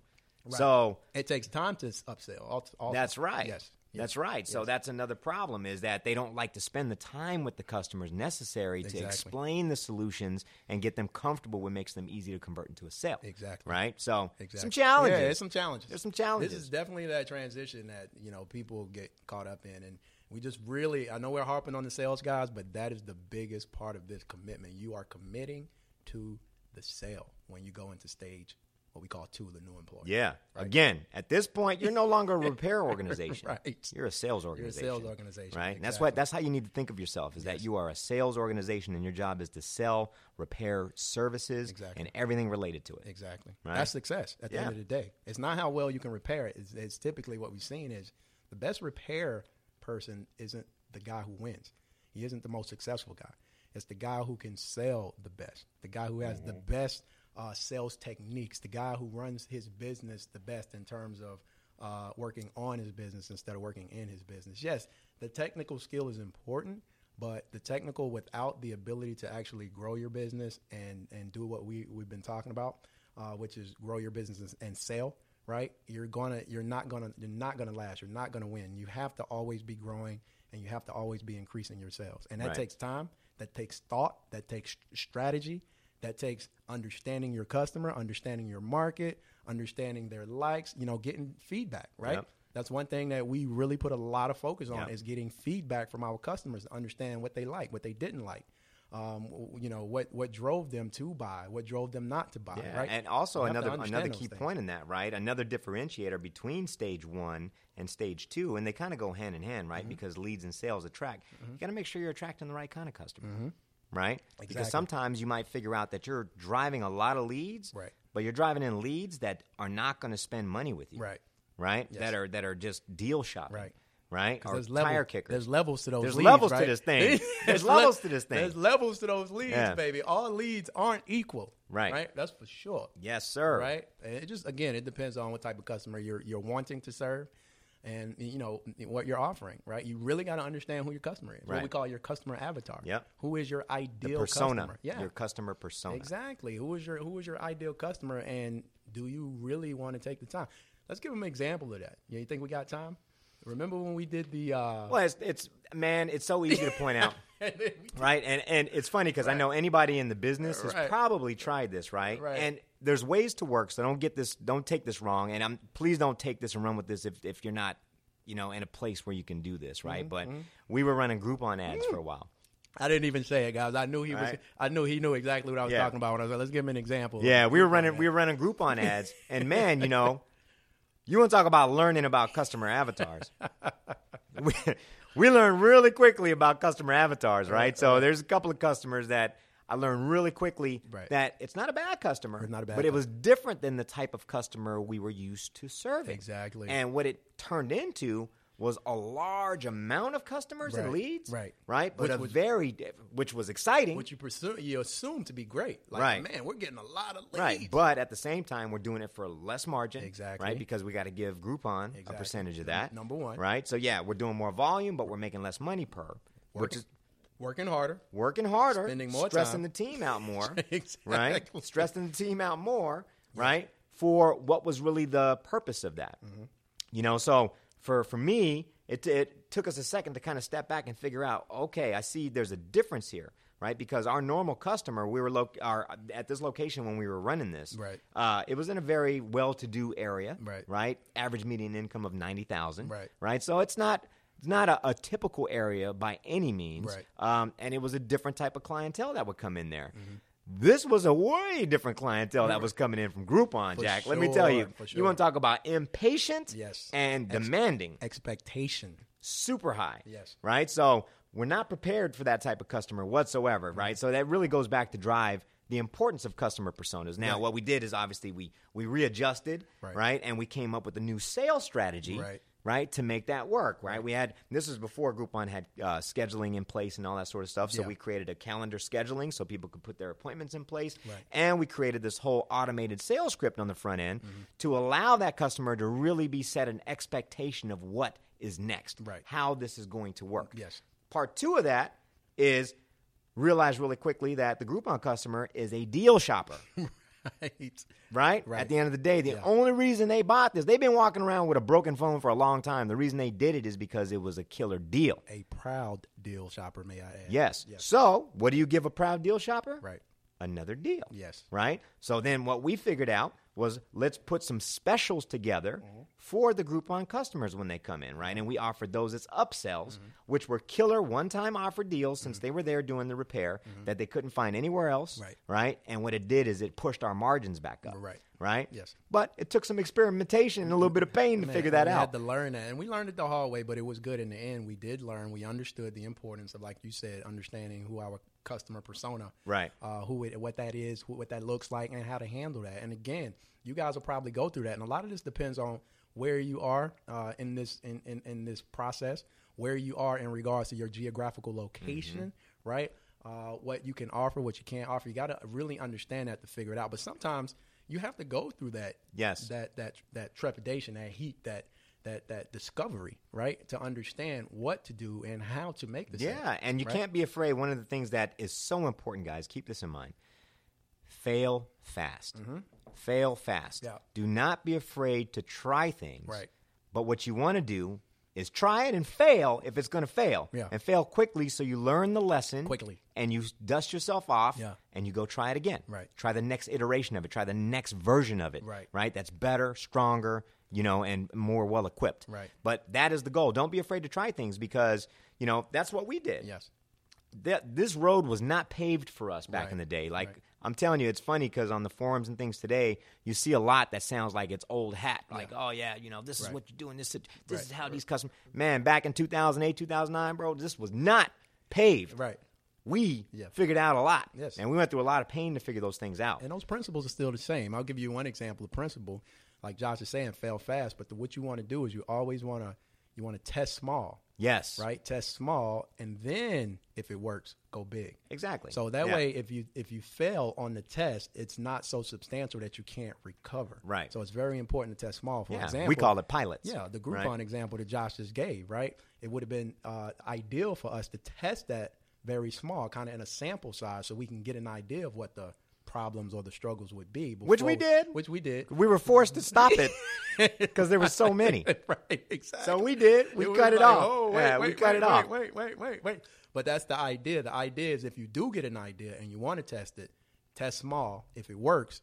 Speaker 2: So
Speaker 1: it takes time to s- upsell al- al-
Speaker 2: that's right.
Speaker 1: yes
Speaker 2: That's right. So that's another problem is that they don't like to spend the time with the customers necessary to
Speaker 1: Exactly.
Speaker 2: explain the solutions and get them comfortable, what makes them easy to convert into a sale.
Speaker 1: Exactly.
Speaker 2: Right. So
Speaker 1: exactly
Speaker 2: some challenges.
Speaker 1: yeah there's some challenges
Speaker 2: There's some challenges.
Speaker 1: this is definitely that transition that you know people get caught up in and we just really i know we're harping on the sales guys but that is the biggest part of this commitment you are committing to the sale when you go into stage what we call to the new employer.
Speaker 2: Yeah. Again, at this point, you're no longer a repair organization.
Speaker 1: Right.
Speaker 2: You're a sales
Speaker 1: You're a
Speaker 2: organization.
Speaker 1: sales organization.
Speaker 2: Right. And That's what. That's how you need to think of yourself: is that you are a sales organization, and your job is to sell, repair services,
Speaker 1: Exactly.
Speaker 2: and everything related to it.
Speaker 1: Exactly.
Speaker 2: Right?
Speaker 1: That's success at the
Speaker 2: Yeah.
Speaker 1: end of the day. It's not how well you can repair it. It's, it's typically what we've seen is the best repair person isn't the guy who wins. He isn't the most successful guy. It's the guy who can sell the best, the guy who has the
Speaker 2: Mm-hmm.
Speaker 1: best uh, sales techniques, the guy who runs his business the best in terms of uh, working on his business instead of working in his business. Yes, the technical skill is important, but the technical without the ability to actually grow your business and and do what we we've been talking about, uh, which is grow your business and- and sell. Right, you're gonna you're not gonna you're not gonna last. You're not gonna win. You have to always be growing and you have to always be increasing yourselves. And that
Speaker 2: Right.
Speaker 1: takes time. That takes thought. That takes strategy. That takes understanding your customer, understanding your market, understanding their likes. You know, getting feedback. Right.
Speaker 2: Yep.
Speaker 1: That's one thing that we really put a lot of focus on
Speaker 2: Yep.
Speaker 1: is getting feedback from our customers to understand what they like, what they didn't like, um, w- you know, what what drove them to buy, what drove them not to buy,
Speaker 2: Yeah,
Speaker 1: right?
Speaker 2: and also
Speaker 1: You have to
Speaker 2: another
Speaker 1: understand
Speaker 2: another
Speaker 1: those
Speaker 2: key
Speaker 1: things.
Speaker 2: point in that, right? Another differentiator between stage one and stage two, and they kind of go hand in hand,
Speaker 1: Mm-hmm.
Speaker 2: right? Because leads and sales attract. You got to make sure you're attracting the right kind of customer, right?
Speaker 1: Mm-hmm. Exactly.
Speaker 2: Because sometimes you might figure out that you're driving a lot of leads,
Speaker 1: Right.
Speaker 2: But you're driving in leads that are not going to spend money with you,
Speaker 1: Right.
Speaker 2: Right?
Speaker 1: Yes.
Speaker 2: That are that are just deal shopping,
Speaker 1: Right.
Speaker 2: Right? Or
Speaker 1: There's
Speaker 2: tire
Speaker 1: level-
Speaker 2: kickers.
Speaker 1: There's levels to those.
Speaker 2: There's
Speaker 1: leads,
Speaker 2: levels to
Speaker 1: right?
Speaker 2: this thing. There's
Speaker 1: le-
Speaker 2: levels to this thing.
Speaker 1: There's levels to those leads,
Speaker 2: Yeah.
Speaker 1: baby. All leads aren't equal,
Speaker 2: Right.
Speaker 1: Right. That's for sure.
Speaker 2: yes, sir.
Speaker 1: Right. And it just again, it depends on what type of customer you're you're wanting to serve, and you know what you're offering. Right. You really got to understand who your customer is. What we
Speaker 2: Right.
Speaker 1: call your customer avatar.
Speaker 2: Yep.
Speaker 1: Who is your ideal
Speaker 2: Persona.
Speaker 1: Customer? Yeah.
Speaker 2: Your customer persona.
Speaker 1: Exactly. Who is your who is your ideal customer, and do you really want to take the time? Let's give them an example of that. Yeah, you think we got time? Remember when we did the? Uh,
Speaker 2: Well, it's, it's man, it's so easy to point out. right and and it's funny because i know anybody in the business has
Speaker 1: Right.
Speaker 2: probably tried this right?
Speaker 1: Right.
Speaker 2: and there's ways to work so don't get this don't take this wrong and i'm please don't take this and run with this if, if you're not you know in a place where you can do this
Speaker 1: Mm-hmm.
Speaker 2: right but we were running groupon ads for a while
Speaker 1: I didn't even say it, guys. I knew he was.
Speaker 2: Right.
Speaker 1: I knew he knew exactly what I was
Speaker 2: Yeah.
Speaker 1: talking about when I was like, "Let's give him an example."
Speaker 2: yeah we were running we were running groupon ads and man you know you want to talk about learning about customer avatars we, we learn really quickly about customer avatars, right? so there's a couple of customers that I learned really quickly
Speaker 1: Right.
Speaker 2: that it's not a bad customer,
Speaker 1: It's not a bad
Speaker 2: but it was different than the type of customer we were used to serving.
Speaker 1: Exactly.
Speaker 2: And what it turned into was a large amount of customers and
Speaker 1: Right.
Speaker 2: leads,
Speaker 1: Right.
Speaker 2: Right, but
Speaker 1: Which
Speaker 2: a
Speaker 1: was-
Speaker 2: very which was exciting,
Speaker 1: What you pursue, you assume to be great. Like,
Speaker 2: Right.
Speaker 1: man, we're getting a lot of leads.
Speaker 2: Right, but at the same time, we're doing it for less margin,
Speaker 1: Exactly.
Speaker 2: Right, because we got to give Groupon a
Speaker 1: Exactly.
Speaker 2: percentage of that.
Speaker 1: Number one.
Speaker 2: right? So yeah, we're doing more volume, but we're making less money per, which is
Speaker 1: Working harder.
Speaker 2: working harder,
Speaker 1: Spending more
Speaker 2: stressing
Speaker 1: time.
Speaker 2: the team out more, right?
Speaker 1: Exactly.
Speaker 2: Stressing the team out more, right? For what was really the purpose of that,
Speaker 1: Mm-hmm.
Speaker 2: you know? So for for me, it it took us a second to kind of step back and figure out. Okay, I see. There's a difference here, right? Because our normal customer, we were loc our, at this location when we were running this,
Speaker 1: Right.
Speaker 2: Uh, it was in a very well-to-do area,
Speaker 1: Right.
Speaker 2: Right. Average median income of ninety thousand,
Speaker 1: Right.
Speaker 2: Right. So it's not. It's not a, a typical area by any means,
Speaker 1: Right.
Speaker 2: um, and it was a different type of clientele that would come in there.
Speaker 1: Mm-hmm.
Speaker 2: This was a way different clientele that was coming in from Groupon,
Speaker 1: For
Speaker 2: Jack. Let me tell you,
Speaker 1: sure, for
Speaker 2: you want to
Speaker 1: sure.
Speaker 2: talk about impatient
Speaker 1: Yes.
Speaker 2: and demanding,
Speaker 1: Expectation.
Speaker 2: super high.
Speaker 1: Yes.
Speaker 2: Right? So we're not prepared for that type of customer
Speaker 1: Mm-hmm.
Speaker 2: whatsoever, right? So that really goes back to drive the importance of customer personas. Now, what we did is obviously we we readjusted,
Speaker 1: Right.
Speaker 2: right? And we came up with a new sales strategy.
Speaker 1: Right.
Speaker 2: Right to make that work, right? We had this was before Groupon had uh, scheduling in place and all that sort of stuff. So
Speaker 1: Yeah.
Speaker 2: we created a calendar scheduling so people could put their appointments in place,
Speaker 1: Right.
Speaker 2: and we created this whole automated sales script on the front end
Speaker 1: Mm-hmm.
Speaker 2: to allow that customer to really be set an expectation of what is next,
Speaker 1: Right.
Speaker 2: how this is going to work.
Speaker 1: Yes.
Speaker 2: Part two of that is realize really quickly that the Groupon customer is a deal shopper,
Speaker 1: Right.
Speaker 2: right?
Speaker 1: Right.
Speaker 2: At the end of the day, the
Speaker 1: Yeah.
Speaker 2: only reason they bought this, they've been walking around with a broken phone for a long time. The reason they did it is because it was a killer deal.
Speaker 1: A proud deal shopper, may I add?
Speaker 2: Yes.
Speaker 1: Yes.
Speaker 2: So, what do you give a proud deal shopper?
Speaker 1: Right.
Speaker 2: Another deal.
Speaker 1: Yes.
Speaker 2: Right? So then what we figured out was let's put some specials together
Speaker 1: Mm-hmm.
Speaker 2: for the Groupon customers when they come in, right? And we offered those as upsells,
Speaker 1: Mm-hmm.
Speaker 2: which were killer one time offer deals since they were there doing the repair that they couldn't find anywhere else,
Speaker 1: Mm-hmm. Right.
Speaker 2: right? And what it did is it pushed our margins back up.
Speaker 1: Right.
Speaker 2: right?
Speaker 1: Yes.
Speaker 2: But it took some experimentation and a little bit of pain to
Speaker 1: Man,
Speaker 2: figure that
Speaker 1: we
Speaker 2: out.
Speaker 1: had to learn that, and we learned it the hard way, but it was good in the end. We did learn. We understood the importance of, like you said, understanding who our customer persona,
Speaker 2: Right.
Speaker 1: Uh, who it, what that is, who, what that looks like, and how to handle that. And again, you guys will probably go through that, and a lot of this depends on where you are uh, in this in, in, in this process, where you are in regards to your geographical location,
Speaker 2: Mm-hmm.
Speaker 1: right? Uh, what you can offer, what you can't offer. You got to really understand that to figure it out. But sometimes you have to go through that
Speaker 2: Yes.
Speaker 1: that that that trepidation, that heat, that that that discovery, right? To understand what to do and how to make this.
Speaker 2: Yeah, and you can't be afraid. One of the things that is so important, guys, keep this in mind. Fail fast. Fail fast.
Speaker 1: Mm-hmm. Yeah.
Speaker 2: Do not be afraid to try things.
Speaker 1: Right.
Speaker 2: But what you want to do is try it and fail if it's going to fail.
Speaker 1: Yeah.
Speaker 2: And fail quickly so you learn the lesson
Speaker 1: Quickly.
Speaker 2: and you dust yourself off
Speaker 1: Yeah.
Speaker 2: and you go try it again.
Speaker 1: Right.
Speaker 2: Try the next iteration of it, try the next version of it.
Speaker 1: Right.
Speaker 2: Right? That's better, stronger, you know, and more well equipped.
Speaker 1: Right.
Speaker 2: But that is the goal. Don't be afraid to try things because, you know, that's what we did.
Speaker 1: Yes.
Speaker 2: Th- this road was not paved for us back
Speaker 1: Right,
Speaker 2: in the day. Like,
Speaker 1: right.
Speaker 2: I'm telling you, it's funny because on the forums and things today, you see a lot that sounds like it's old hat. Like, oh, yeah, you know, this is
Speaker 1: Right.
Speaker 2: what you're doing. This, is- this
Speaker 1: Right,
Speaker 2: is how these customers. Man, back in 2008, 2009, bro, this was not paved.
Speaker 1: Right.
Speaker 2: We
Speaker 1: Yeah.
Speaker 2: figured out a lot.
Speaker 1: Yes.
Speaker 2: And we went through a lot of pain to figure those things out.
Speaker 1: And those principles are still the same. I'll give you one example of principle. Like Josh is saying, fail fast, but the, what you want to do is you always want to you want to test small,
Speaker 2: yes.
Speaker 1: right? Test small, and then if it works, go big.
Speaker 2: Exactly.
Speaker 1: So that
Speaker 2: Yeah.
Speaker 1: way, if you if you fail on the test, it's not so substantial that you can't recover.
Speaker 2: Right.
Speaker 1: So it's very important to test small. For
Speaker 2: Yeah,
Speaker 1: example,
Speaker 2: we call it pilots.
Speaker 1: Yeah, the Groupon
Speaker 2: right?
Speaker 1: example that Josh just gave. Right. It would have been uh, ideal for us to test that very small, kind of in a sample size, so we can get an idea of what the problems or the struggles would be.
Speaker 2: Which we
Speaker 1: before-
Speaker 2: did.
Speaker 1: Which we did.
Speaker 2: We were forced to stop it because there were so many.
Speaker 1: right. Exactly.
Speaker 2: So we did. We
Speaker 1: was
Speaker 2: cut it
Speaker 1: like,
Speaker 2: off.
Speaker 1: Oh, wait,
Speaker 2: yeah,
Speaker 1: wait,
Speaker 2: we cut
Speaker 1: wait,
Speaker 2: it off.
Speaker 1: Wait, wait, wait, wait, wait. But that's the idea. The idea is if you do get an idea and you want to test it, test small. If it works,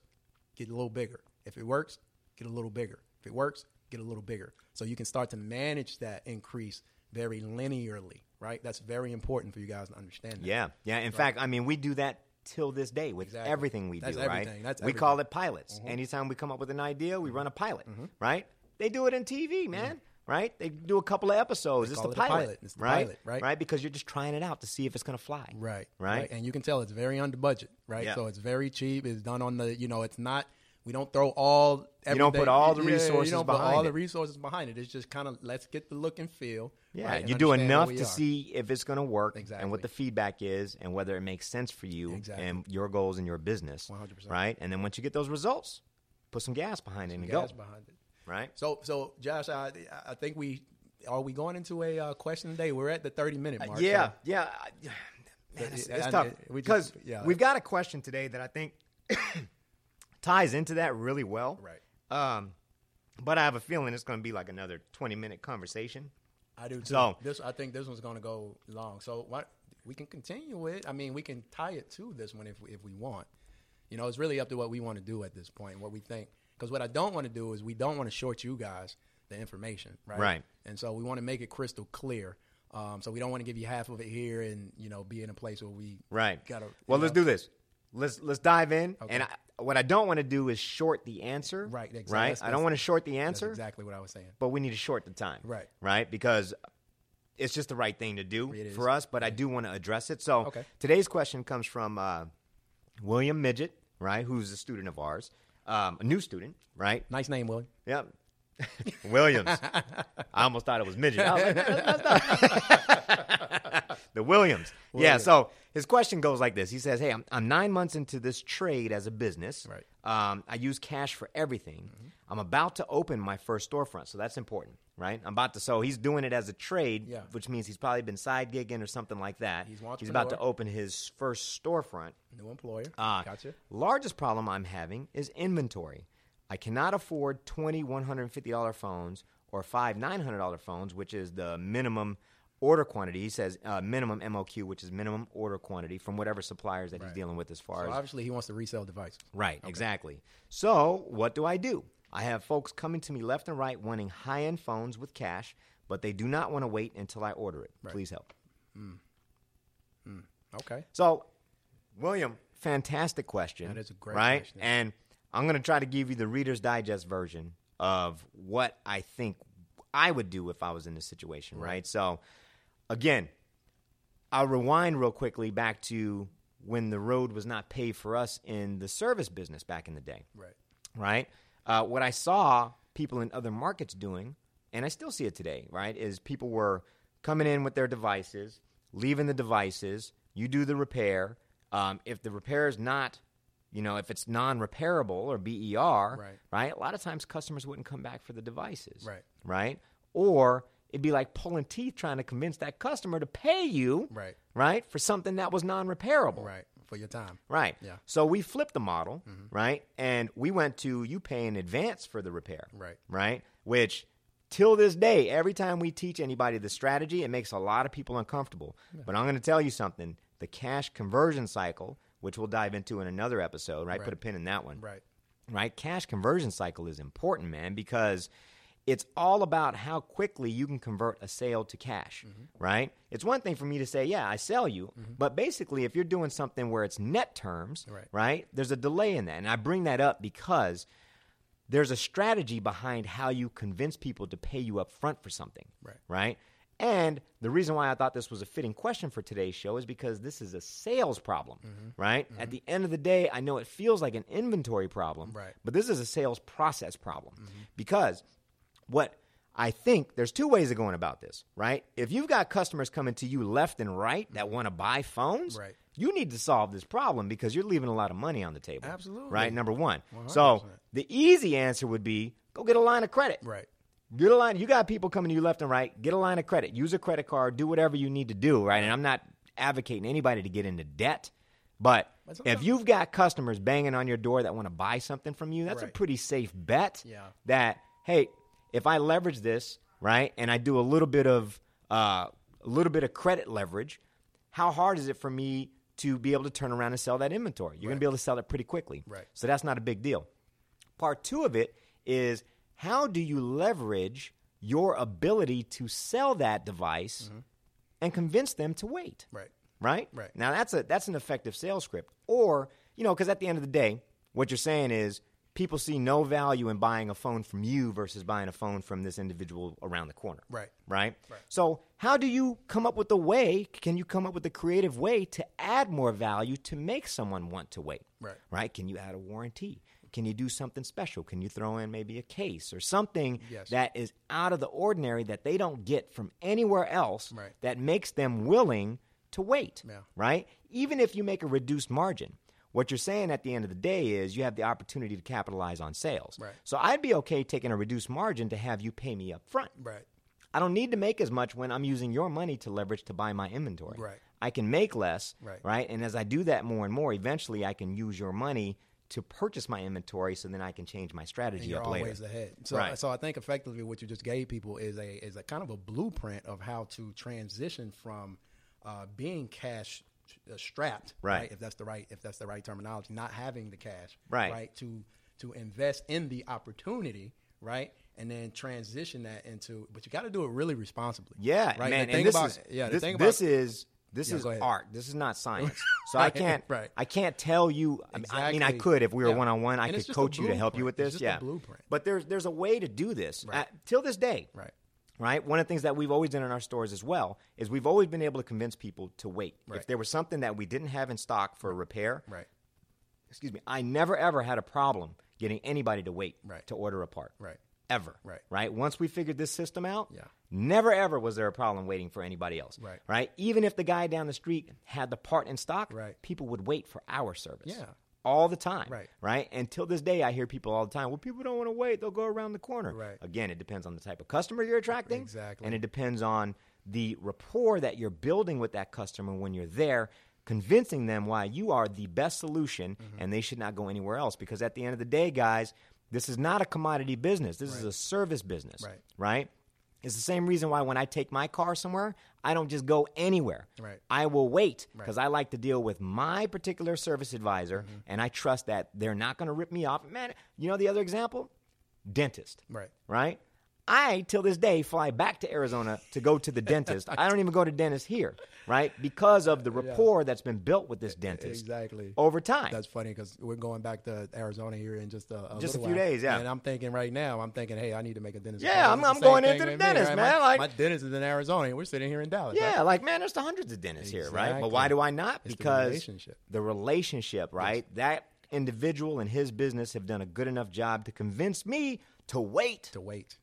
Speaker 1: get a little bigger. If it works, get a little bigger. If it works, get a little bigger. So you can start to manage that increase very linearly, right? That's very important for you guys to understand. That.
Speaker 2: Yeah, yeah. In fact, I mean, we do that till this day with
Speaker 1: Exactly.
Speaker 2: everything we
Speaker 1: That's
Speaker 2: do. Right?
Speaker 1: everything. Mm-hmm. That's
Speaker 2: we call it pilots. Anytime we come up with an idea, we run a pilot. Right? They do it in TV, man. Right? They do a couple of episodes. It's the
Speaker 1: Mm-hmm. call it a
Speaker 2: pilot.
Speaker 1: pilot. It's the
Speaker 2: right?
Speaker 1: pilot, right?
Speaker 2: Right? Because you're just trying it out to see if it's going to fly.
Speaker 1: Right.
Speaker 2: Right.
Speaker 1: And you can tell it's very under budget, right?
Speaker 2: Yeah.
Speaker 1: So it's very cheap. It's done on the, you know, it's not. We don't throw all. Everything,
Speaker 2: put all the resources
Speaker 1: You don't put
Speaker 2: behind
Speaker 1: all
Speaker 2: it.
Speaker 1: the resources behind it. It's just kind of let's get the look and feel.
Speaker 2: Yeah,
Speaker 1: right, and
Speaker 2: you do
Speaker 1: understand where
Speaker 2: enough
Speaker 1: we
Speaker 2: to
Speaker 1: are.
Speaker 2: see if it's going to work and
Speaker 1: Exactly.
Speaker 2: what the feedback is and whether it makes sense for you
Speaker 1: Exactly.
Speaker 2: and your goals and your business.
Speaker 1: 100%.
Speaker 2: Right? And then once you get those results, put some gas behind it and
Speaker 1: gas
Speaker 2: go.
Speaker 1: behind it.
Speaker 2: Right?
Speaker 1: So, so Josh, I, I think we are we going into a uh, question today. We're at the thirty minute mark.
Speaker 2: Uh, Yeah,
Speaker 1: so-
Speaker 2: yeah. I- Man, it's,
Speaker 1: yeah,
Speaker 2: it's
Speaker 1: I-
Speaker 2: tough
Speaker 1: it- we
Speaker 2: because
Speaker 1: just- yeah.
Speaker 2: we've got a question today that I think ties into that really well.
Speaker 1: Right.
Speaker 2: Um, but I have a feeling it's going to be like another twenty-minute conversation.
Speaker 1: I do. Too.
Speaker 2: So-
Speaker 1: this, I think this one's going to go long. So what we can continue it. I mean, we can tie it to this one if we, if we want. You know, it's really up to what we want to do at this point, what we think. Because what I don't want to do is we don't want to short you guys the information, right?
Speaker 2: Right.
Speaker 1: And so we want to make it crystal clear. Um, so we don't want to give you half of it here and you know be in a place where we
Speaker 2: Right.
Speaker 1: Gotta,
Speaker 2: well,
Speaker 1: you
Speaker 2: let's
Speaker 1: know.
Speaker 2: do this. Let's let's dive in. And I, what I don't want to do is short the answer.
Speaker 1: Right, exactly.
Speaker 2: Right.
Speaker 1: That's-
Speaker 2: I don't want to short the
Speaker 1: That's
Speaker 2: answer,
Speaker 1: exactly what I was saying.
Speaker 2: but we need to short the time.
Speaker 1: Right.
Speaker 2: Right. Because it's just the right thing to do
Speaker 1: It is.
Speaker 2: for us. But I do want to address it. So
Speaker 1: Okay.
Speaker 2: today's question comes from uh, William Midget, right? Who's a student of ours, um, a new student, right?
Speaker 1: Nice name, Willie.
Speaker 2: Yep. Williams. I almost thought it was midget. I was like, "That- that's not-" the Williams. Yeah. So his question goes like this. He says, "Hey, I'm, I'm nine months into this trade as a business.
Speaker 1: Right. Mm-hmm.
Speaker 2: Um, I use cash for everything. I'm about to open my first storefront, so that's important, right? I'm about to. So he's doing it as a trade,
Speaker 1: Yeah.
Speaker 2: which means he's probably been side gigging or something like that.
Speaker 1: He's an
Speaker 2: he's about to
Speaker 1: entrepreneur.
Speaker 2: open his first storefront.
Speaker 1: New employer.
Speaker 2: Ah,
Speaker 1: gotcha.
Speaker 2: Largest problem I'm having is inventory. I cannot afford 20 $150 phones or five $900 phones, which is the minimum order quantity. He says uh, minimum MOQ, which is minimum order quantity from whatever suppliers that he's dealing with as far
Speaker 1: So
Speaker 2: as
Speaker 1: obviously he wants to resell device.
Speaker 2: Right, exactly. So, what do I do? I have folks coming to me left and right wanting high end phones with cash, but they do not want to wait until I order it. Please help.
Speaker 1: Okay.
Speaker 2: So, William, fantastic question.
Speaker 1: That is a great
Speaker 2: right?
Speaker 1: question.
Speaker 2: And I'm going to try to give you the Reader's Digest version of what I think I would do if I was in this situation, right? So, again, I'll rewind real quickly back to when the road was not paved for us in the service business back in the day,
Speaker 1: Right.
Speaker 2: right? Uh, what I saw people in other markets doing, and I still see it today, right, is people were coming in with their devices, leaving the devices. You do the repair. Um, if the repair is not, you know, if it's non-repairable or BER,
Speaker 1: Right.
Speaker 2: right, a lot of times customers wouldn't come back for the devices,
Speaker 1: Right.
Speaker 2: right, or it'd be like pulling teeth trying to convince that customer to pay you,
Speaker 1: Right.
Speaker 2: right, for something that was non-repairable,
Speaker 1: Right. For your time.
Speaker 2: Right.
Speaker 1: Yeah.
Speaker 2: So we flipped the model, right? And we went to you pay in advance for the repair.
Speaker 1: Right.
Speaker 2: Right? Which till this day, every time we teach anybody the strategy, it makes a lot of people uncomfortable. But I'm going to tell you something, the cash conversion cycle, which we'll dive into in another episode, right? Put a pin in that one
Speaker 1: Right.
Speaker 2: right? Cash conversion cycle is important, man, because it's all about how quickly you can convert a sale to cash, right? It's one thing for me to say, yeah, I sell you, but basically, if you're doing something where it's net terms,
Speaker 1: Right.
Speaker 2: there's a delay in that. And I bring that up because there's a strategy behind how you convince people to pay you up front for something,
Speaker 1: Right.
Speaker 2: Right. And the reason why I thought this was a fitting question for today's show is because this is a sales problem,
Speaker 1: Mm-hmm.
Speaker 2: right? At the end of the day, I know it feels like an inventory problem,
Speaker 1: Right. Mm-hmm.
Speaker 2: but this is a sales process problem because what I think there's two ways of going about this, right? If you've got customers coming to you left and right that want to buy phones,
Speaker 1: Mm-hmm. Right.
Speaker 2: you need to solve this problem because you're leaving a lot of money on the table.
Speaker 1: Absolutely.
Speaker 2: Right? Number one. So
Speaker 1: 100%.
Speaker 2: the easy answer would be go get a line of credit.
Speaker 1: Right.
Speaker 2: Get a line. You got people coming to you left and right. Get a line of credit. Use a credit card. Do whatever you need to do, right? And I'm not advocating anybody to get into debt, but
Speaker 1: But
Speaker 2: if
Speaker 1: sometimes-
Speaker 2: you've got customers banging on your door that want to buy something from you, that's a
Speaker 1: Right.
Speaker 2: pretty safe bet.
Speaker 1: Yeah.
Speaker 2: That hey, if I leverage this right, and I do a little bit of uh, a little bit of credit leverage, how hard is it for me to be able to turn around and sell that inventory? You're going to be able to sell it pretty quickly.
Speaker 1: Right.
Speaker 2: So that's not a big deal. Part two of it is how do you leverage your ability to sell that device and convince them to wait?
Speaker 1: Right.
Speaker 2: Right?
Speaker 1: Right.
Speaker 2: Now that's a that's an effective sales script. Or, you know, because at the end of the day, what you're saying is people see no value in buying a phone from you versus buying a phone from this individual around the corner.
Speaker 1: Right.
Speaker 2: Right? So how do you come up with a way? Can you come up with a creative way to add more value to make someone want to wait?
Speaker 1: Right.
Speaker 2: Right? Can you add a warranty? Can you do something special? Can you throw in maybe a case or something
Speaker 1: Yes.
Speaker 2: that is out of the ordinary that they don't get from anywhere else
Speaker 1: Right.
Speaker 2: that makes them willing to wait?
Speaker 1: Yeah.
Speaker 2: Right? Even if you make a reduced margin. What you're saying at the end of the day is you have the opportunity to capitalize on sales.
Speaker 1: Right.
Speaker 2: So I'd be okay taking a reduced margin to have you pay me up front.
Speaker 1: Right.
Speaker 2: I don't need to make as much when I'm using your money to leverage to buy my inventory.
Speaker 1: Right.
Speaker 2: I can make less,
Speaker 1: Right.
Speaker 2: And as I do that more and more, eventually I can use your money to purchase my inventory so then I can change my strategy
Speaker 1: you're
Speaker 2: up
Speaker 1: always
Speaker 2: later.
Speaker 1: ahead. So,
Speaker 2: Right.
Speaker 1: so I think effectively what you just gave people is a is a kind of a blueprint of how to transition from uh, being cash uh, strapped,
Speaker 2: Right.
Speaker 1: If that's the right if that's the right terminology, not having the cash,
Speaker 2: Right.
Speaker 1: To to invest in the opportunity, right, and then transition that into. But you got to do it really responsibly.
Speaker 2: Yeah,
Speaker 1: right.
Speaker 2: man.
Speaker 1: The
Speaker 2: and
Speaker 1: thing
Speaker 2: this
Speaker 1: about
Speaker 2: is,
Speaker 1: yeah, the
Speaker 2: this,
Speaker 1: thing about
Speaker 2: this is this
Speaker 1: Yeah,
Speaker 2: is
Speaker 1: go ahead.
Speaker 2: art. This is not science. So I can't
Speaker 1: Right.
Speaker 2: I can't tell you. I mean, I, mean, I
Speaker 1: Exactly.
Speaker 2: could if we were
Speaker 1: Yeah.
Speaker 2: one on one. I
Speaker 1: And it's
Speaker 2: could
Speaker 1: just a
Speaker 2: coach you to help you with
Speaker 1: blueprint.
Speaker 2: this.
Speaker 1: It's just a
Speaker 2: yeah,
Speaker 1: blueprint.
Speaker 2: But there's there's a way to do this Uh, till this day.
Speaker 1: Right.
Speaker 2: Right. One of the things that we've always done in our stores as well is we've always been able to convince people to wait. If
Speaker 1: Right.
Speaker 2: there was something that we didn't have in stock for repair,
Speaker 1: right,
Speaker 2: excuse me, I never ever had a problem getting anybody to wait
Speaker 1: Right.
Speaker 2: to order a part.
Speaker 1: right,
Speaker 2: Ever.
Speaker 1: Right.
Speaker 2: Right. Once we figured this system out,
Speaker 1: Yeah.
Speaker 2: never ever was there a problem waiting for anybody else.
Speaker 1: Right.
Speaker 2: Right. Even if the guy down the street had the part in stock,
Speaker 1: Right.
Speaker 2: people would wait for our service.
Speaker 1: Yeah.
Speaker 2: All the time.
Speaker 1: Right.
Speaker 2: Right. And till this day I hear people all the time, well, people don't want to wait, they'll go around the corner.
Speaker 1: Right.
Speaker 2: Again, it depends on the type of customer you're attracting.
Speaker 1: Exactly.
Speaker 2: And it depends on the rapport that you're building with that customer when you're there, convincing them why you are the best solution
Speaker 1: Mm-hmm.
Speaker 2: and they should not go anywhere else. Because at the end of the day, guys, this is not a commodity business. This is a service business.
Speaker 1: Right.
Speaker 2: Right? It's the same reason why when I take my car somewhere, I don't just go anywhere.
Speaker 1: Right. Mm-hmm.
Speaker 2: I will wait because I like to deal with my particular service advisor and I trust that they're not going to rip me off. Man, you know the other example? Dentist
Speaker 1: right,
Speaker 2: right? I, till this day, fly back to Arizona to go to the dentist. I don't even go to dentist here, right? Because of the rapport that's been built with this dentist
Speaker 1: E-, Exactly.
Speaker 2: over time.
Speaker 1: That's funny because we're going back to Arizona here in just a, a
Speaker 2: Just a
Speaker 1: little
Speaker 2: few
Speaker 1: while.
Speaker 2: days, yeah.
Speaker 1: And I'm thinking right now, I'm thinking, hey, I need to make a dentist.
Speaker 2: Yeah,
Speaker 1: appointment.
Speaker 2: I'm-
Speaker 1: It's
Speaker 2: I'm
Speaker 1: the same
Speaker 2: going
Speaker 1: thing
Speaker 2: into the
Speaker 1: with
Speaker 2: dentist, man,
Speaker 1: My,
Speaker 2: like-
Speaker 1: my dentist is in Arizona, and we're sitting here in Dallas. right?
Speaker 2: Yeah, like man, there's the hundreds of dentists here, right? But why
Speaker 1: Exactly.
Speaker 2: do I not?
Speaker 1: It's the
Speaker 2: because
Speaker 1: relationship.
Speaker 2: the relationship, right? That individual and his business have done a good enough job to convince me to wait
Speaker 1: To wait.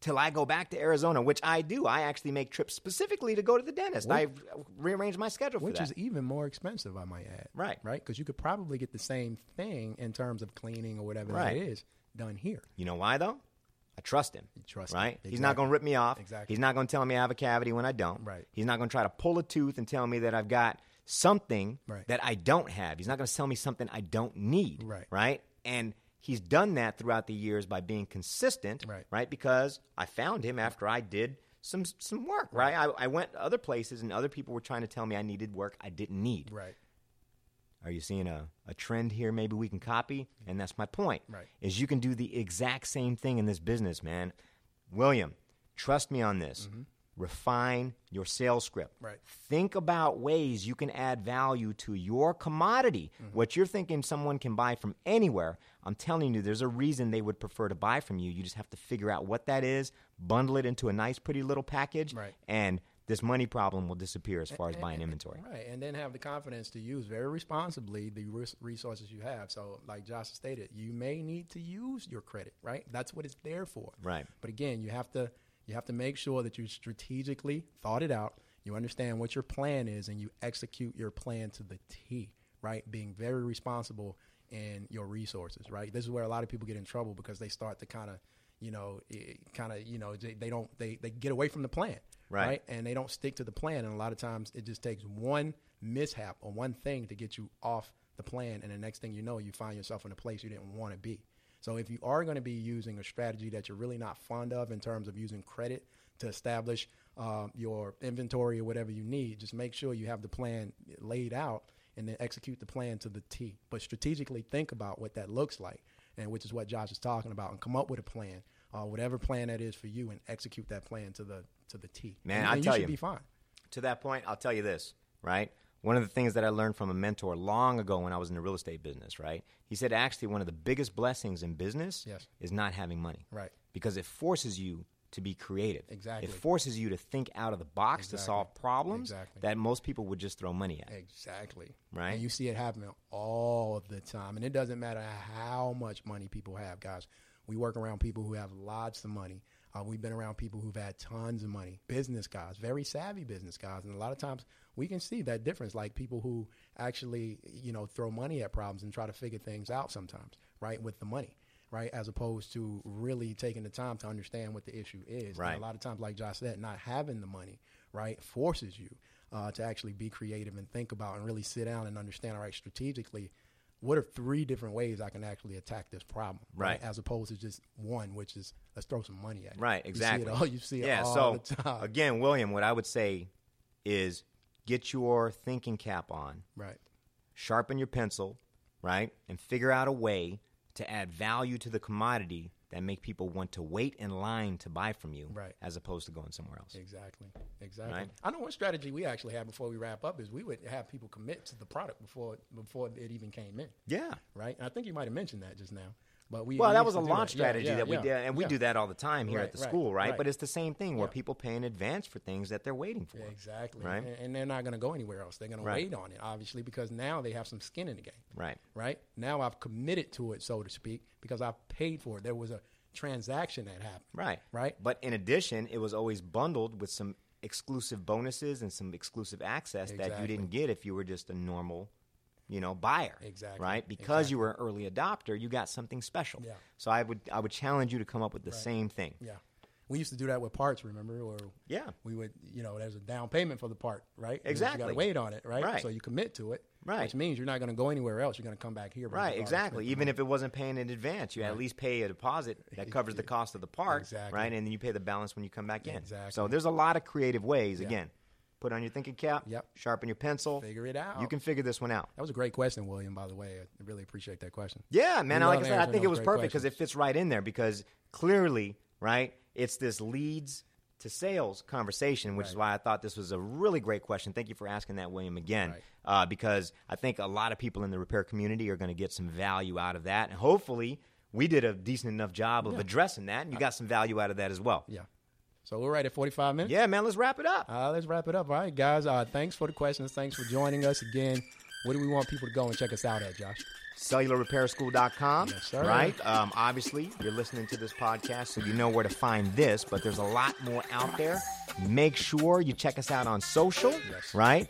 Speaker 2: till I go back to Arizona, which I do. I actually make trips specifically to go to the dentist. I rearrange my schedule for
Speaker 1: Which
Speaker 2: that.
Speaker 1: is even more expensive, I might add.
Speaker 2: Right.
Speaker 1: Right? Because you could probably get the same thing in terms of cleaning or whatever
Speaker 2: Right.
Speaker 1: that is done here.
Speaker 2: You know why though? I trust him.
Speaker 1: trust him.
Speaker 2: right? He's not
Speaker 1: Exactly.
Speaker 2: going to rip me off.
Speaker 1: Exactly.
Speaker 2: He's not going to tell me I have a cavity when I don't.
Speaker 1: Right.
Speaker 2: He's not going to try to pull a tooth and tell me that I've got something
Speaker 1: Right.
Speaker 2: that I don't have. He's not going to sell me something I don't need.
Speaker 1: Right.
Speaker 2: Right. And he's done that throughout the years by being consistent.
Speaker 1: Right.
Speaker 2: Because I found him after I did some some work. Right. I, I went to other places and other people were trying to tell me I needed work I didn't need.
Speaker 1: Right.
Speaker 2: Are you seeing a, a trend here? Maybe we can copy, and that's my point.
Speaker 1: Right.
Speaker 2: Is you can do the exact same thing in this business, man. William, trust me on this. Refine your sales script.
Speaker 1: Mm-hmm. Right.
Speaker 2: Think about ways you can add value to your commodity.
Speaker 1: Mm-hmm.
Speaker 2: What you're thinking someone can buy from anywhere, I'm telling you, there's a reason they would prefer to buy from you. You just have to figure out what that is, bundle it into a nice, pretty little package,
Speaker 1: Right.
Speaker 2: and this money problem will disappear as far as buying inventory.
Speaker 1: Right, and then have the confidence to use very responsibly the res- resources you have. So, like Josh stated, you may need to use your credit. Right, that's what it's there for.
Speaker 2: Right.
Speaker 1: But again, you have to you have to make sure that you strategically thought it out. You understand what your plan is, and you execute your plan to the T. Right, being very responsible in your resources. Right, this is where a lot of people get in trouble because they start to kind of, you know, kind of, you know, they, they don't they they get away from the plan.
Speaker 2: Right.
Speaker 1: right? and they don't stick to the plan. And a lot of times it just takes one mishap or one thing to get you off the plan. And the next thing you know, you find yourself in a place you didn't want to be. So if you are going to be using a strategy that you're really not fond of in terms of using credit to establish um, your inventory or whatever you need, just make sure you have the plan laid out and then execute the plan to the T. But strategically think about what that looks like, and which is what Josh is talking about, and come up with a plan, uh, whatever plan that is for you, and execute that plan to the to the T.
Speaker 2: Man,
Speaker 1: And-
Speaker 2: I
Speaker 1: and
Speaker 2: tell
Speaker 1: you should
Speaker 2: you.
Speaker 1: be fine.
Speaker 2: to that point, I'll tell you this, right? One of the things that I learned from a mentor long ago when I was in the real estate business, right? He said actually one of the biggest blessings in business
Speaker 1: Yes.
Speaker 2: is not having money.
Speaker 1: Right.
Speaker 2: Because it forces you to be creative.
Speaker 1: Exactly.
Speaker 2: It forces you to think out of the box to solve problems
Speaker 1: Exactly.
Speaker 2: that most people would just throw money at.
Speaker 1: Exactly.
Speaker 2: Right.
Speaker 1: And you see it happening all of the time. And it doesn't matter how much money people have, guys. We work around people who have lots of money. Uh, we've been around people who've had tons of money, business guys, very savvy business guys. And a lot of times we can see that difference, like people who actually, you know, throw money at problems and try to figure things out sometimes, right, with the money, right, as opposed to really taking the time to understand what the issue is. And
Speaker 2: Right.
Speaker 1: a lot lot of times, like Josh said, not having the money, right, forces you uh, to actually be creative and think about and really sit down and understand, all right, strategically, what are three different ways I can actually attack this problem,
Speaker 2: Right.
Speaker 1: As opposed to just one, which is let's throw some money at it.
Speaker 2: Right,
Speaker 1: You
Speaker 2: exactly.
Speaker 1: see it all. You see it
Speaker 2: yeah,
Speaker 1: all
Speaker 2: so
Speaker 1: the time.
Speaker 2: again, William, what I would say is get your thinking cap on.
Speaker 1: Right.
Speaker 2: sharpen your pencil, right, and figure out a way to add value to the commodity that make people want to wait in line to buy from you,
Speaker 1: Right.
Speaker 2: as opposed to going somewhere else.
Speaker 1: Exactly. Exactly.
Speaker 2: Right.
Speaker 1: I know one strategy we actually had before we wrap up is we would have people commit to the product before before it even came in.
Speaker 2: Yeah.
Speaker 1: Right. And I think you might have mentioned that just now. But we
Speaker 2: Well,
Speaker 1: we
Speaker 2: that
Speaker 1: used
Speaker 2: was
Speaker 1: to
Speaker 2: a
Speaker 1: do
Speaker 2: launch
Speaker 1: Yeah,
Speaker 2: strategy
Speaker 1: yeah,
Speaker 2: that we
Speaker 1: yeah,
Speaker 2: did, and we
Speaker 1: yeah.
Speaker 2: do that all the time here at
Speaker 1: Right,
Speaker 2: the
Speaker 1: right,
Speaker 2: school, right?
Speaker 1: right.
Speaker 2: But it's the same thing where
Speaker 1: Yeah.
Speaker 2: people pay in advance for things that they're waiting for.
Speaker 1: Exactly.
Speaker 2: Right?
Speaker 1: And, and they're not going to go anywhere else. They're going
Speaker 2: Right.
Speaker 1: to wait on it, obviously, because now they have some skin in the game.
Speaker 2: Right.
Speaker 1: Right? Now I've committed to it, so to speak, because I've paid for it. There was a transaction that happened.
Speaker 2: Right.
Speaker 1: Right?
Speaker 2: But in addition, it was always bundled with some exclusive bonuses and some exclusive access that you
Speaker 1: Exactly.
Speaker 2: didn't get if you were just a normal, you know, buyer.
Speaker 1: Exactly.
Speaker 2: Right? Because you were an early adopter, you got something special.
Speaker 1: Yeah.
Speaker 2: So I would I would challenge you to come up with the same thing.
Speaker 1: Yeah. We used to do that with parts, remember? Or
Speaker 2: Yeah.
Speaker 1: we would, you know, there's a down payment for the part, right? And You got
Speaker 2: Exactly.
Speaker 1: to wait on it, right?
Speaker 2: Right.
Speaker 1: So you commit to it,
Speaker 2: Right.
Speaker 1: Which means you're not going to go anywhere else. You're going to come back here,
Speaker 2: Right,
Speaker 1: regardless.
Speaker 2: exactly. Even if it wasn't paying in advance, you at least pay a deposit that covers the cost of the part,
Speaker 1: Exactly.
Speaker 2: right? And then you pay the balance when you come back in. So
Speaker 1: Exactly.
Speaker 2: there's a lot of creative ways. Again, put on your thinking cap,
Speaker 1: Yep.
Speaker 2: sharpen your pencil,
Speaker 1: Figure it out.
Speaker 2: You can figure this one out.
Speaker 1: That was a great question, William. By the way, I really appreciate that question.
Speaker 2: Yeah, man.
Speaker 1: We
Speaker 2: Like I
Speaker 1: love
Speaker 2: said, I
Speaker 1: answering
Speaker 2: think it
Speaker 1: those
Speaker 2: was
Speaker 1: great
Speaker 2: perfect because it fits right in there because clearly, right? It's this leads to sales conversation, which is why I thought this was a really great question. Thank you for asking that, William, again,
Speaker 1: Right.
Speaker 2: uh, because I think a lot of people in the repair community are going to get some value out of that. And hopefully, we did a decent enough job of addressing that, and you got some value out of that as well.
Speaker 1: Yeah. So we're right at 45 minutes.
Speaker 2: Yeah, man, let's wrap it up.
Speaker 1: Uh, let's wrap it up. All right, guys. Uh, thanks for the questions. Thanks for joining us again. Where do we want people to go and check us out at, Josh?
Speaker 2: cellularrepairschool.com.
Speaker 1: Yes, sir.
Speaker 2: Right? Um, obviously, you're listening to this podcast, so you know where to find this, but there's a lot more out there. Make sure you check us out on social,
Speaker 1: Yes.
Speaker 2: right?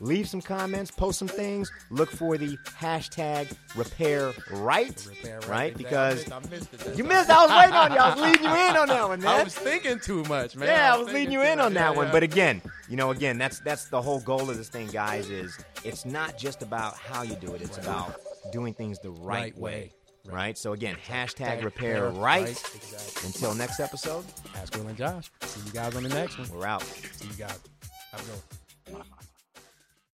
Speaker 2: Leave some comments, post some things, look for the hashtag repair right,
Speaker 1: Repair Right,
Speaker 2: right?
Speaker 1: exactly.
Speaker 2: Because
Speaker 1: I missed it that
Speaker 2: you
Speaker 1: time.
Speaker 2: missed. I was waiting on you. I was leading you in on that one, man.
Speaker 1: I was thinking too much, man.
Speaker 2: Yeah, I was leading you
Speaker 1: thinking
Speaker 2: in
Speaker 1: too
Speaker 2: on
Speaker 1: much.
Speaker 2: that
Speaker 1: Yeah,
Speaker 2: one.
Speaker 1: yeah.
Speaker 2: But again, you know, again, that's that's the whole goal of this thing, guys. Is it's not just about how you do it; it's about doing things the right,
Speaker 1: Right way.
Speaker 2: way, right. So again, hashtag
Speaker 1: Hashtag
Speaker 2: repair
Speaker 1: repair
Speaker 2: right.
Speaker 1: right, exactly.
Speaker 2: Until next episode,
Speaker 1: Ask Will and Josh. See you guys on the next one.
Speaker 2: we're out.
Speaker 1: See you guys. Have a good one.